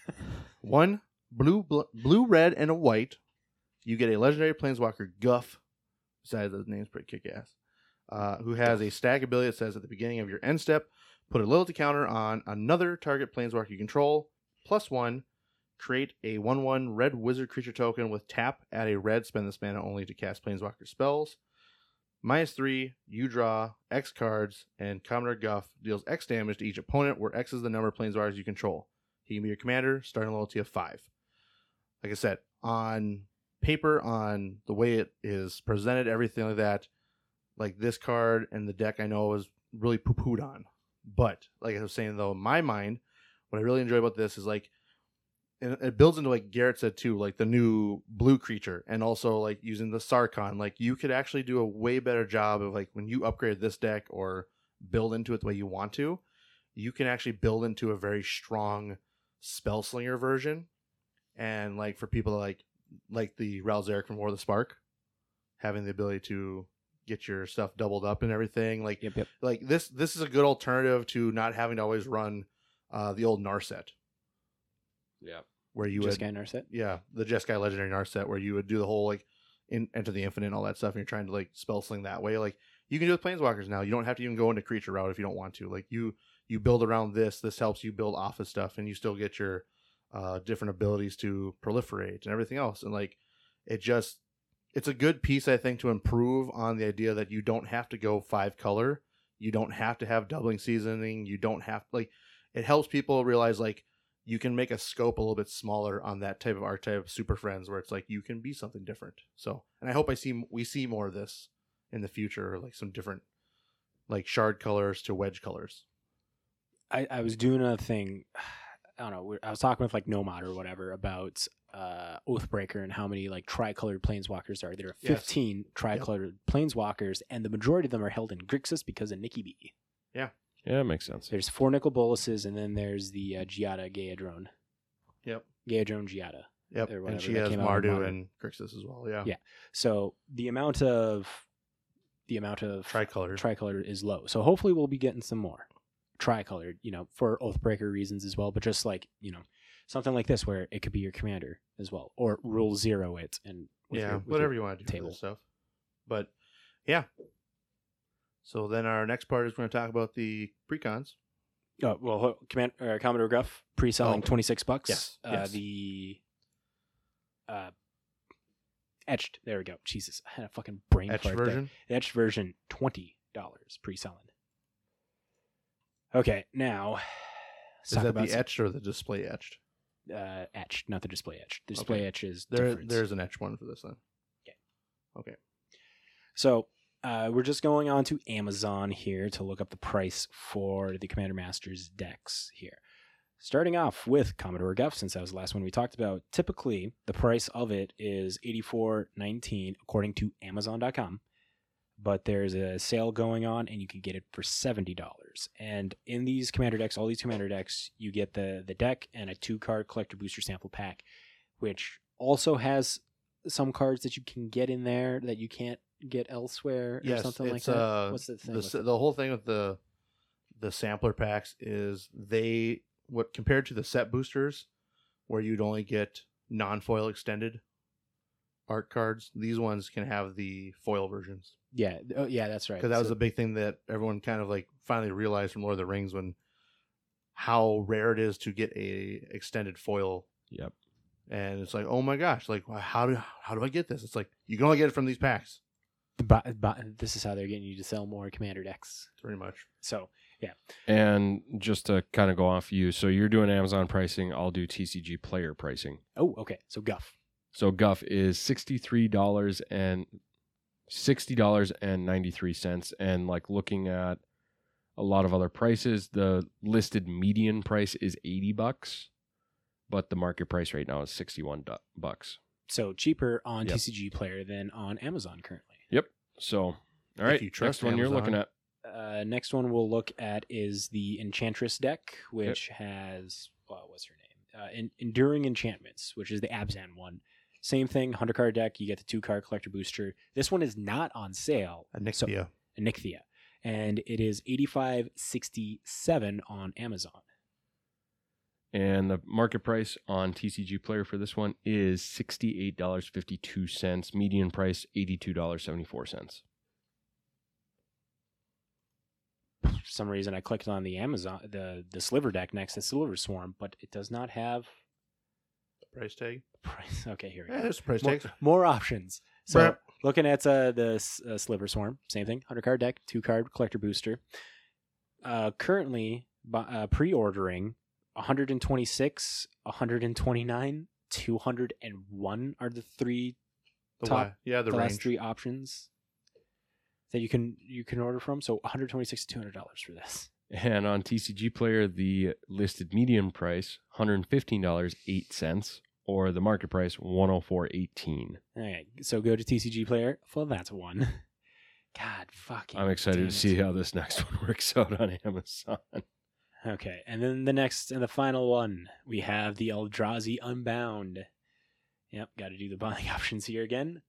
One blue, bl- blue, red, and a white. You get a legendary Planeswalker Guff. Besides, the name's pretty kick ass. Uh, who has a stack ability that says at the beginning of your end step, put a loyalty counter on another target Planeswalker you control, plus one. Create a 1 1 red wizard creature token with tap. Add a red, spend this mana only to cast Planeswalker spells. Minus three, you draw X cards, and Commodore Guff deals X damage to each opponent, where X is the number of planeswalkers you control. He can be your commander, starting loyalty of five. Like I said, on paper, on the way it is presented, everything like that, like this card and the deck I know is really poo pooed on. But like I was saying though, in my mind, what I really enjoy about this is like and it- it builds into like Garrett said too, like the new blue creature and also like using the Sarkon. Like you could actually do a way better job of like when you upgrade this deck or build into it the way you want to, you can actually build into a very strong spell slinger version. And like for people like like the Ralzeric from War of the Spark, having the ability to get your stuff doubled up and everything. Like
Yep, yep.
like this this is a good alternative to not having to always run uh the old Narset
Yeah.
where you
Just
would
got Narset.
yeah the Jeskai legendary Narset where you would do the whole like in enter the infinite and all that stuff and you're trying to like spell sling that way like you can do it with planeswalkers now you don't have to even go into creature route if you don't want to like you you build around this this helps you build off of stuff and you still get your uh different abilities to proliferate and everything else and like it just it's a good piece i think to improve on the idea that you don't have to go five color you don't have to have doubling seasoning you don't have like it helps people realize like you can make a scope a little bit smaller on that type of archetype of super friends where it's like you can be something different so and i hope i see we see more of this in the future like some different like shard colors to wedge colors
I, I was doing a thing. I don't know. we- I was talking with like Nomad or whatever about uh, Oathbreaker and how many like tricolored planeswalkers are. There are
Yes.
15 tricolored planeswalkers, and the majority of them are held in Grixis because of Nikki B.
Yeah, it makes sense.
There's four nickel boluses, and then there's the uh, Giada Gaedron.
Yep.
Gaedron Giada.
yep
Or
and
whatever
she
that
has
came out in
mardu
modern.
and grixis as well yeah,
Yeah. So the amount of the amount of
tricolor
tricolored is low. So hopefully we'll be getting some more tricolored, you know, for Oathbreaker reasons as well, but just like, you know, something like this where it could be your commander as well or rule zero it and with
yeah
your- with
whatever
your-
you want to do table
table.
stuff but yeah so then our next part is we're going to talk about the precons
Oh, well, ho- command uh, Commodore Gruff pre-selling
Oh.
26 bucks.
Yes,
Uh,
yes.
the uh etched, there we go. Jesus, I had a fucking brain
etched
fart there.
version
etched version twenty dollars pre-selling. Okay, now let's
is
talk
that
about
the etched or the display etched
some- uh, etched, not the display etched. The display
Okay.
etch is
there,
different.
there's an etched one for this then
So uh, we're just going on to Amazon here to look up the price for the Commander Masters decks here. Starting off with Commodore Guff, since that was the last one we talked about. Typically, the price of it is eighty four nineteen, according to Amazon.com. But there's a sale going on, and you can get it for seventy dollars. And in these commander decks, all these commander decks, you get the the deck and a two card collector booster sample pack, which also has some cards that you can get in there that you can't get elsewhere or
Yes,
something like
it's,
that.
uh,
What's the thing?
the
with
s- the whole thing with the the sampler packs is they what compared to the set boosters where you'd only get non-foil extended art cards these ones can have the foil versions
Yeah, th- oh, yeah, that's right.
because that was
So-
a big thing that everyone kind of like finally realized from lord of the rings when how rare it is to get a extended foil
Yep.
and it's like oh my gosh like wh- how do how do i get this it's like you can only get it from these packs
the bu- bu- this is how they're getting you to sell more commander decks.
pretty much
So
And just to kind of go off you, so you're doing Amazon pricing, I'll do TCG player pricing.
oh, okay, so guff.
So Guff is sixty three dollars and sixty dollars and ninety three cents. And like looking at a lot of other prices, the listed median price is eighty bucks, but the market price right now is sixty one bucks.
So cheaper on
Yep.
TCG Player than on Amazon currently.
So all right,
you trust
next one you're looking
Amazon.
at.
Uh, next one we'll look at is the Enchantress deck, which has well, what's her name? Uh, en- Enduring Enchantments, which is the Abzan one. Same thing, hundred card deck. You get the two card collector booster. This one is not on sale.
a
So-
Nixia.
Nixia, and it is eighty five sixty seven on Amazon.
And the market price on TCG Player for this one is $68.52. Median price, $82.74.
for some reason I clicked on the Amazon the the sliver deck next to Silver Swarm, but it does not have
price tag
price. Okay, here
yeah,
we go.
there's price
More,
tags
more options. So
Brr.
looking at uh, the S- uh, Sliver Swarm, same thing, hundred card deck, two card collector booster. Uh, currently, bu- uh, pre-ordering 126, 129, 201 are the three
the
top-
y. yeah the,
the
range
last three options that you can you can order from. So 126 to 200 dollars for this.
And on TCG Player, the listed median price, $115.08, or the market price, $104.18.
Okay, so go to TCG Player. Well, that's one. God, fucking.
I'm excited
damn it.
to see how this next one works out on Amazon.
Okay, and then the next and the final one, we have the Eldrazi Unbound. Yep, got to do the buying options here again.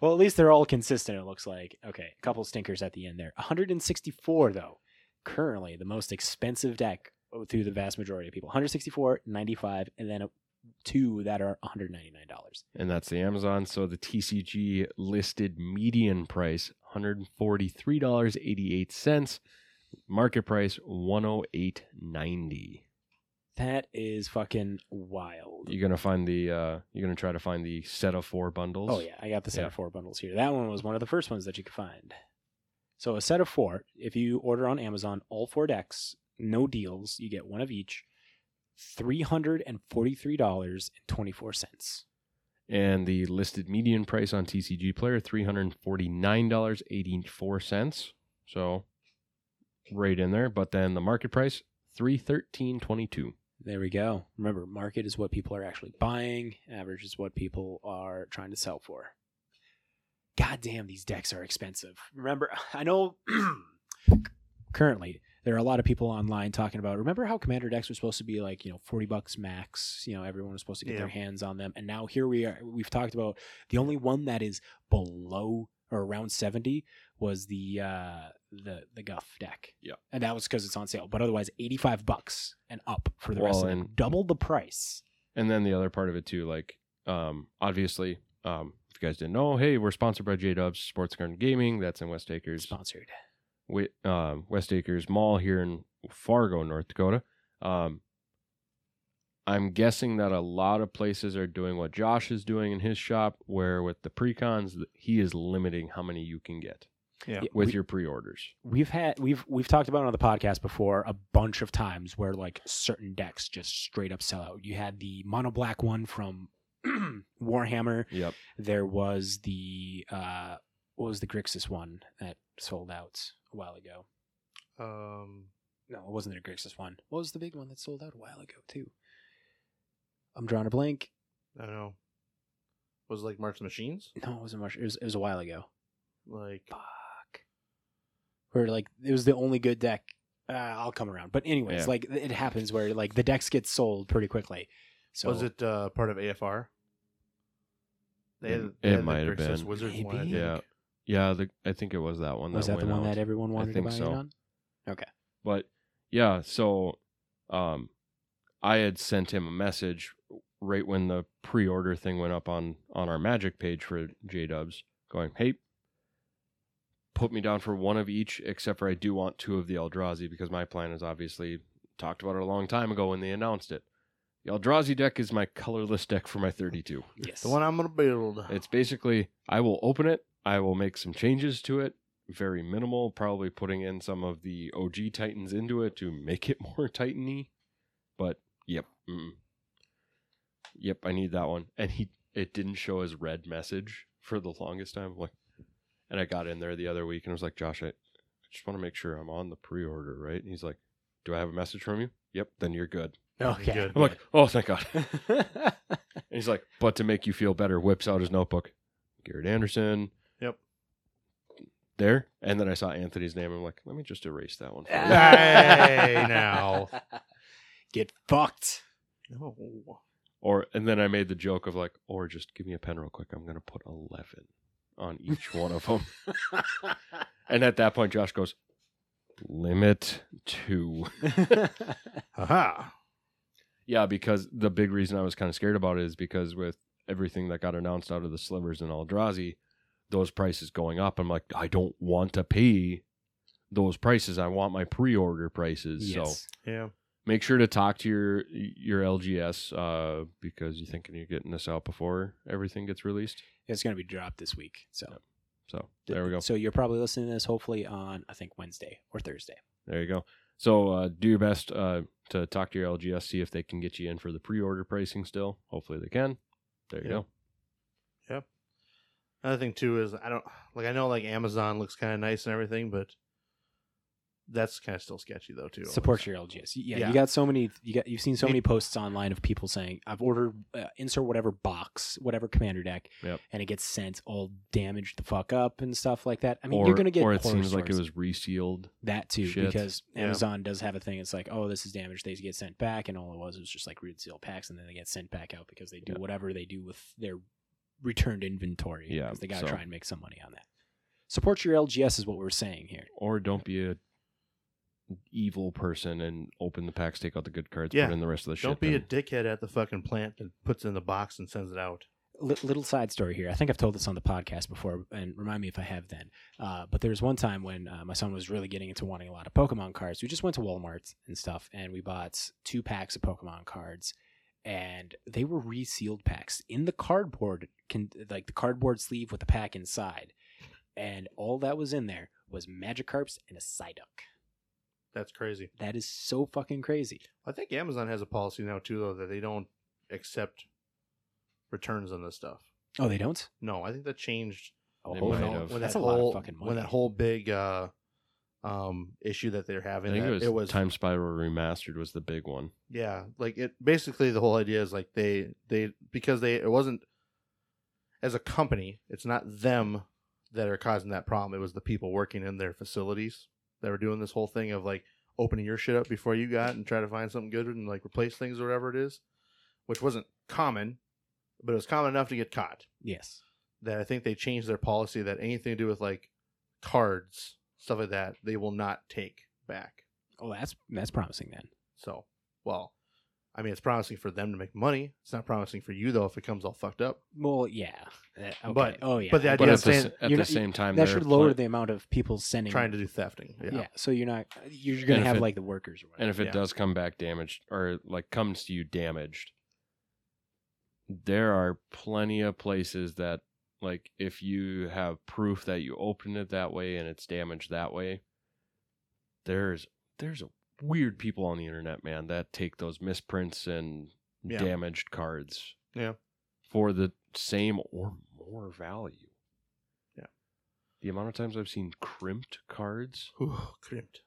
well, at least they're all consistent. It looks like. Okay, a couple stinkers at the end there. 164 though. Currently, the most expensive deck oh, through the vast majority of people. 164, 95, and then uh, two that are 199 dollars.
And that's the Amazon. So the TCG listed median price $143.88, market price 108.90.
That is fucking wild.
You're going to find the uh you're going to try to find the set of four bundles.
Oh yeah, I got the set
Yeah.
of four bundles here. That one was one of the first ones that you could find. So a set of four, if you order on Amazon, all four decks, no deals, you get one of each. Three hundred and forty-three dollars and twenty-four cents.
And the listed median price on TCG Player $349.84. So right in there, but then the market price 313.22.
There we go. Remember, market is what people are actually buying. Average is what people are trying to sell for. God damn, these decks are expensive. Remember, I know currently there are a lot of people online talking about. Remember how commander decks were supposed to be like you know forty bucks max. You know everyone was supposed to get their
Yeah.
hands on them, and now here we are. We've talked about the only one that is below or around seventy was the uh the the guff deck
Yeah.
and that was because it's on sale but otherwise 85 bucks and up for the rest of
Well,
them
and-
double the price
And then the other part of it too, like um, obviously, um, if you guys didn't know, hey, we're sponsored by J Dubs Sports Garden Gaming. That's in West Acres,
sponsored
wi- um, West Acres Mall here in Fargo, North Dakota. Um, I'm guessing that a lot of places are doing what Josh is doing in his shop, where with the precons, th- he is limiting how many you can get
Yeah.
with
we,
your pre-orders.
we've had we've we've talked about it on the podcast before a bunch of times where like certain decks just straight up sell out you had the mono black one from warhammer
Yep.
there was the uh what was the grixis one that sold out a while ago
um
No, it wasn't the Grixis one. What was the big one that sold out a while ago too? I'm drawing a blank.
I don't know. Was it like March Machines?
No, it wasn't much. It was, it was a while ago.
Like
Fuck. Where like it was the only good deck. Uh, I'll come around. But anyways,
Yeah.
like it happens where like the decks get sold pretty quickly. So
was it uh, part of AFR? They
It-
had,
it
they had the
might have
Grixis
been.
Wizards one. I
Maybe.
think.
Yeah, yeah. The, I think it was that one.
was that, the
went
one
out.
that everyone wanted
think
to buy
so.
in on?
But yeah, so um I had sent him a message right when the pre-order thing went up on on our magic page for J Dubs going, "Hey, put me down for one of each except for I do want two of the Eldrazi because my plan is obviously talked about it a long time ago when they announced it. The Eldrazi deck is my colorless deck for my 32.
Yes.
The one I'm gonna build.
It's basically I will open it, I will make some changes to it, very minimal, probably putting in some of the OG Titans into it to make it more Titan-y. But yep. Mm, yep, I need that one. And he it didn't show his red message for the longest time. I'm Like and I got in there the other week and was like, Josh, I, I just want to make sure I'm on the pre-order, right? And he's like, Do I have a message from you? Yep, then you're good.
okay.
Good.
I'm like, Oh thank God. And he's like, but to make you feel better, whips out his notebook. Garrett Anderson.
Yep.
There. And then I saw Anthony's name. I'm like, let me just erase that one. for you."
Ah.
Hey, now.
Get fucked.
No.
or and then I made the joke of like, or just give me a pen real quick. I'm gonna put eleven on each one of them. And at that point, Josh goes, limit two.
Aha.
Yeah, because the big reason I was kind of scared about it is because with everything that got announced out of the slivers and Eldrazi, those prices going up, I'm like, I don't want to pay those prices. I want my pre-order prices. So
yes.
Yeah.
make sure to talk to your your LGS uh, because you're thinking you're getting this out before everything gets released.
It's going to be dropped this week. So
Yep. So there we go.
So you're probably listening to this hopefully on I think Wednesday or Thursday.
There you go. So uh, do your best uh, to talk to your LGS, see if they can get you in for the pre-order pricing still. Hopefully they can. There you go.
Yeah. Another thing too is I don't like I know like Amazon looks kind of nice and everything, but that's kind of still sketchy though too.
Support your LGS. Yeah,
Yeah.
you got so many. You got you've seen so
Pe-
many posts online of people saying, "I've ordered uh, insert whatever box, whatever commander deck,"
Yep.
and it gets sent all damaged the fuck up and stuff like that. I mean, you're gonna get
or it
horror
seems like it
stories.
was resealed.
that too
Shit.
because
Yeah.
Amazon does have a thing. It's like, oh, this is damaged. They get sent back, and all it was was just like root seal packs, and then they get sent back out because they do
Yeah.
whatever they do with their returned inventory.
Yeah,
'cause they gotta
so-
try and make some money on that. Support your LGS is what we're saying here.
Or don't be a evil person and open the packs, take out the good cards,
Yeah.
put in the rest of the
Don't
shit.
be a
then.
dickhead at the fucking plant that puts it in the box and sends it out.
Li- little side story here. I think I've told this on the podcast before, and remind me if I have then. Uh, but there was one time when uh, my son was really getting into wanting a lot of Pokemon cards. We just went to Walmart and stuff, and we bought two packs of Pokemon cards, and they were resealed packs in the cardboard, can, like the cardboard sleeve with the pack inside, and all that was in there was Magikarps and a Psyduck.
That's crazy.
That is so fucking crazy.
I think Amazon has a policy now too though that they don't accept returns on this stuff.
Oh, they don't.
No, I think that changed
Oh,
They
when,
might
all-
have.
when
That's a
that
lot of
whole
fucking money.
when that whole big uh, um, issue that they're
I
having.
think
that
it was, Time Spiral Remastered was the big one.
Yeah, like it. Basically, the whole idea is like they they because they it wasn't as a company. It's not them that are causing that problem. It was the people working in their facilities that were doing this whole thing of like opening your shit up before you got and try to find something good and like replace things or whatever it is, which wasn't common, but it was common enough to get caught
Yes.
that I think they changed their policy that anything to do with like cards, stuff like that, they will not take back.
Oh, that's that's promising then.
So, well, I mean, it's promising for them to make money. It's not promising for you though if it comes all fucked up.
Well, yeah. Uh, okay.
But-
oh yeah.
but the
I
idea
But
guess
at the,
saying-
s- at
you're
the
not-
same time,
that
there
should
are
lower
plen-
the amount of people sending.
Trying to do thefting. Yeah.
yeah. So you're not. You're gonna
And if
have
it-
like the workers or whatever.
And if it
Yeah.
does come back damaged or like comes to you damaged, there are plenty of places that like if you have proof that you opened it that way and it's damaged that way, there's there's a weird people on the internet, man, that take those misprints and
Yeah.
damaged cards.
Yeah.
For the same or more value.
Yeah.
The amount of times I've seen crimped cards
Whew, crimped.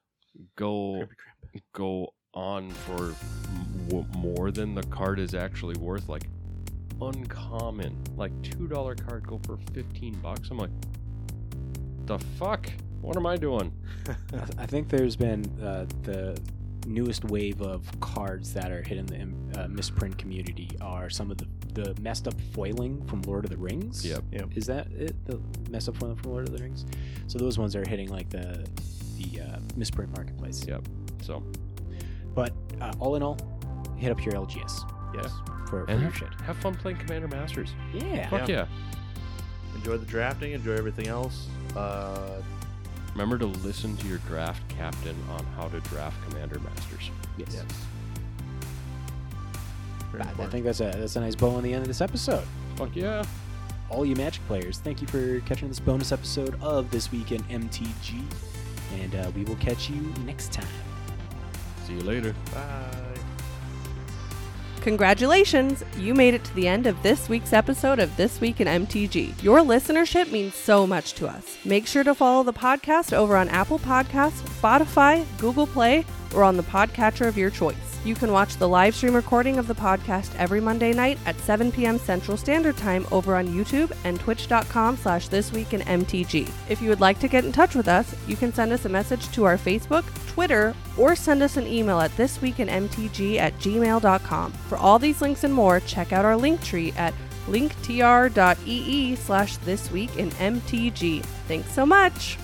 go
Creepy crap.
go on for m- w- more than the card is actually worth like uncommon like two dollar card go for 15 bucks i'm like the fuck what am i doing
I I think there's been uh, the newest wave of cards that are hitting the im- uh, misprint community are some of the, the messed up foiling from Lord of the Rings.
Yep.
Yep.
Is that it? The messed up foiling from Lord of the Rings. So those ones are hitting like the the uh, misprint marketplace.
Yep. so
But uh, all in all, hit up your LGS
Yes.
for, for
and
your
have,
shit.
have fun playing commander masters
Yeah.
fuck yeah
Enjoy the drafting. Enjoy everything else. Uh,
remember to listen to your draft captain on how to draft commander masters
Yes.
yes. Very
I- I
important.
think that's a that's a nice bow on the end of this episode.
fuck yeah
all you Magic players. Thank you for catching this bonus episode of This Week in MTG, and uh, we will catch you next time.
see you later
Bye.
Congratulations! You made it to the end of this week's episode of This Week in MTG. Your listenership means so much to us. Make sure to follow the podcast over on Apple Podcasts, Spotify, Google Play, or on the podcatcher of your choice. You can watch the live stream recording of the podcast every Monday night at 7 p.m. Central Standard Time over on YouTube and twitch.com slash This Week in MTG. If you would like to get in touch with us, you can send us a message to our Facebook, Twitter, or send us an email at thisweekinmtg at gmail.com. For all these links and more, check out our link tree at E linktr.ee slash thisweekinmtg. Thanks so much!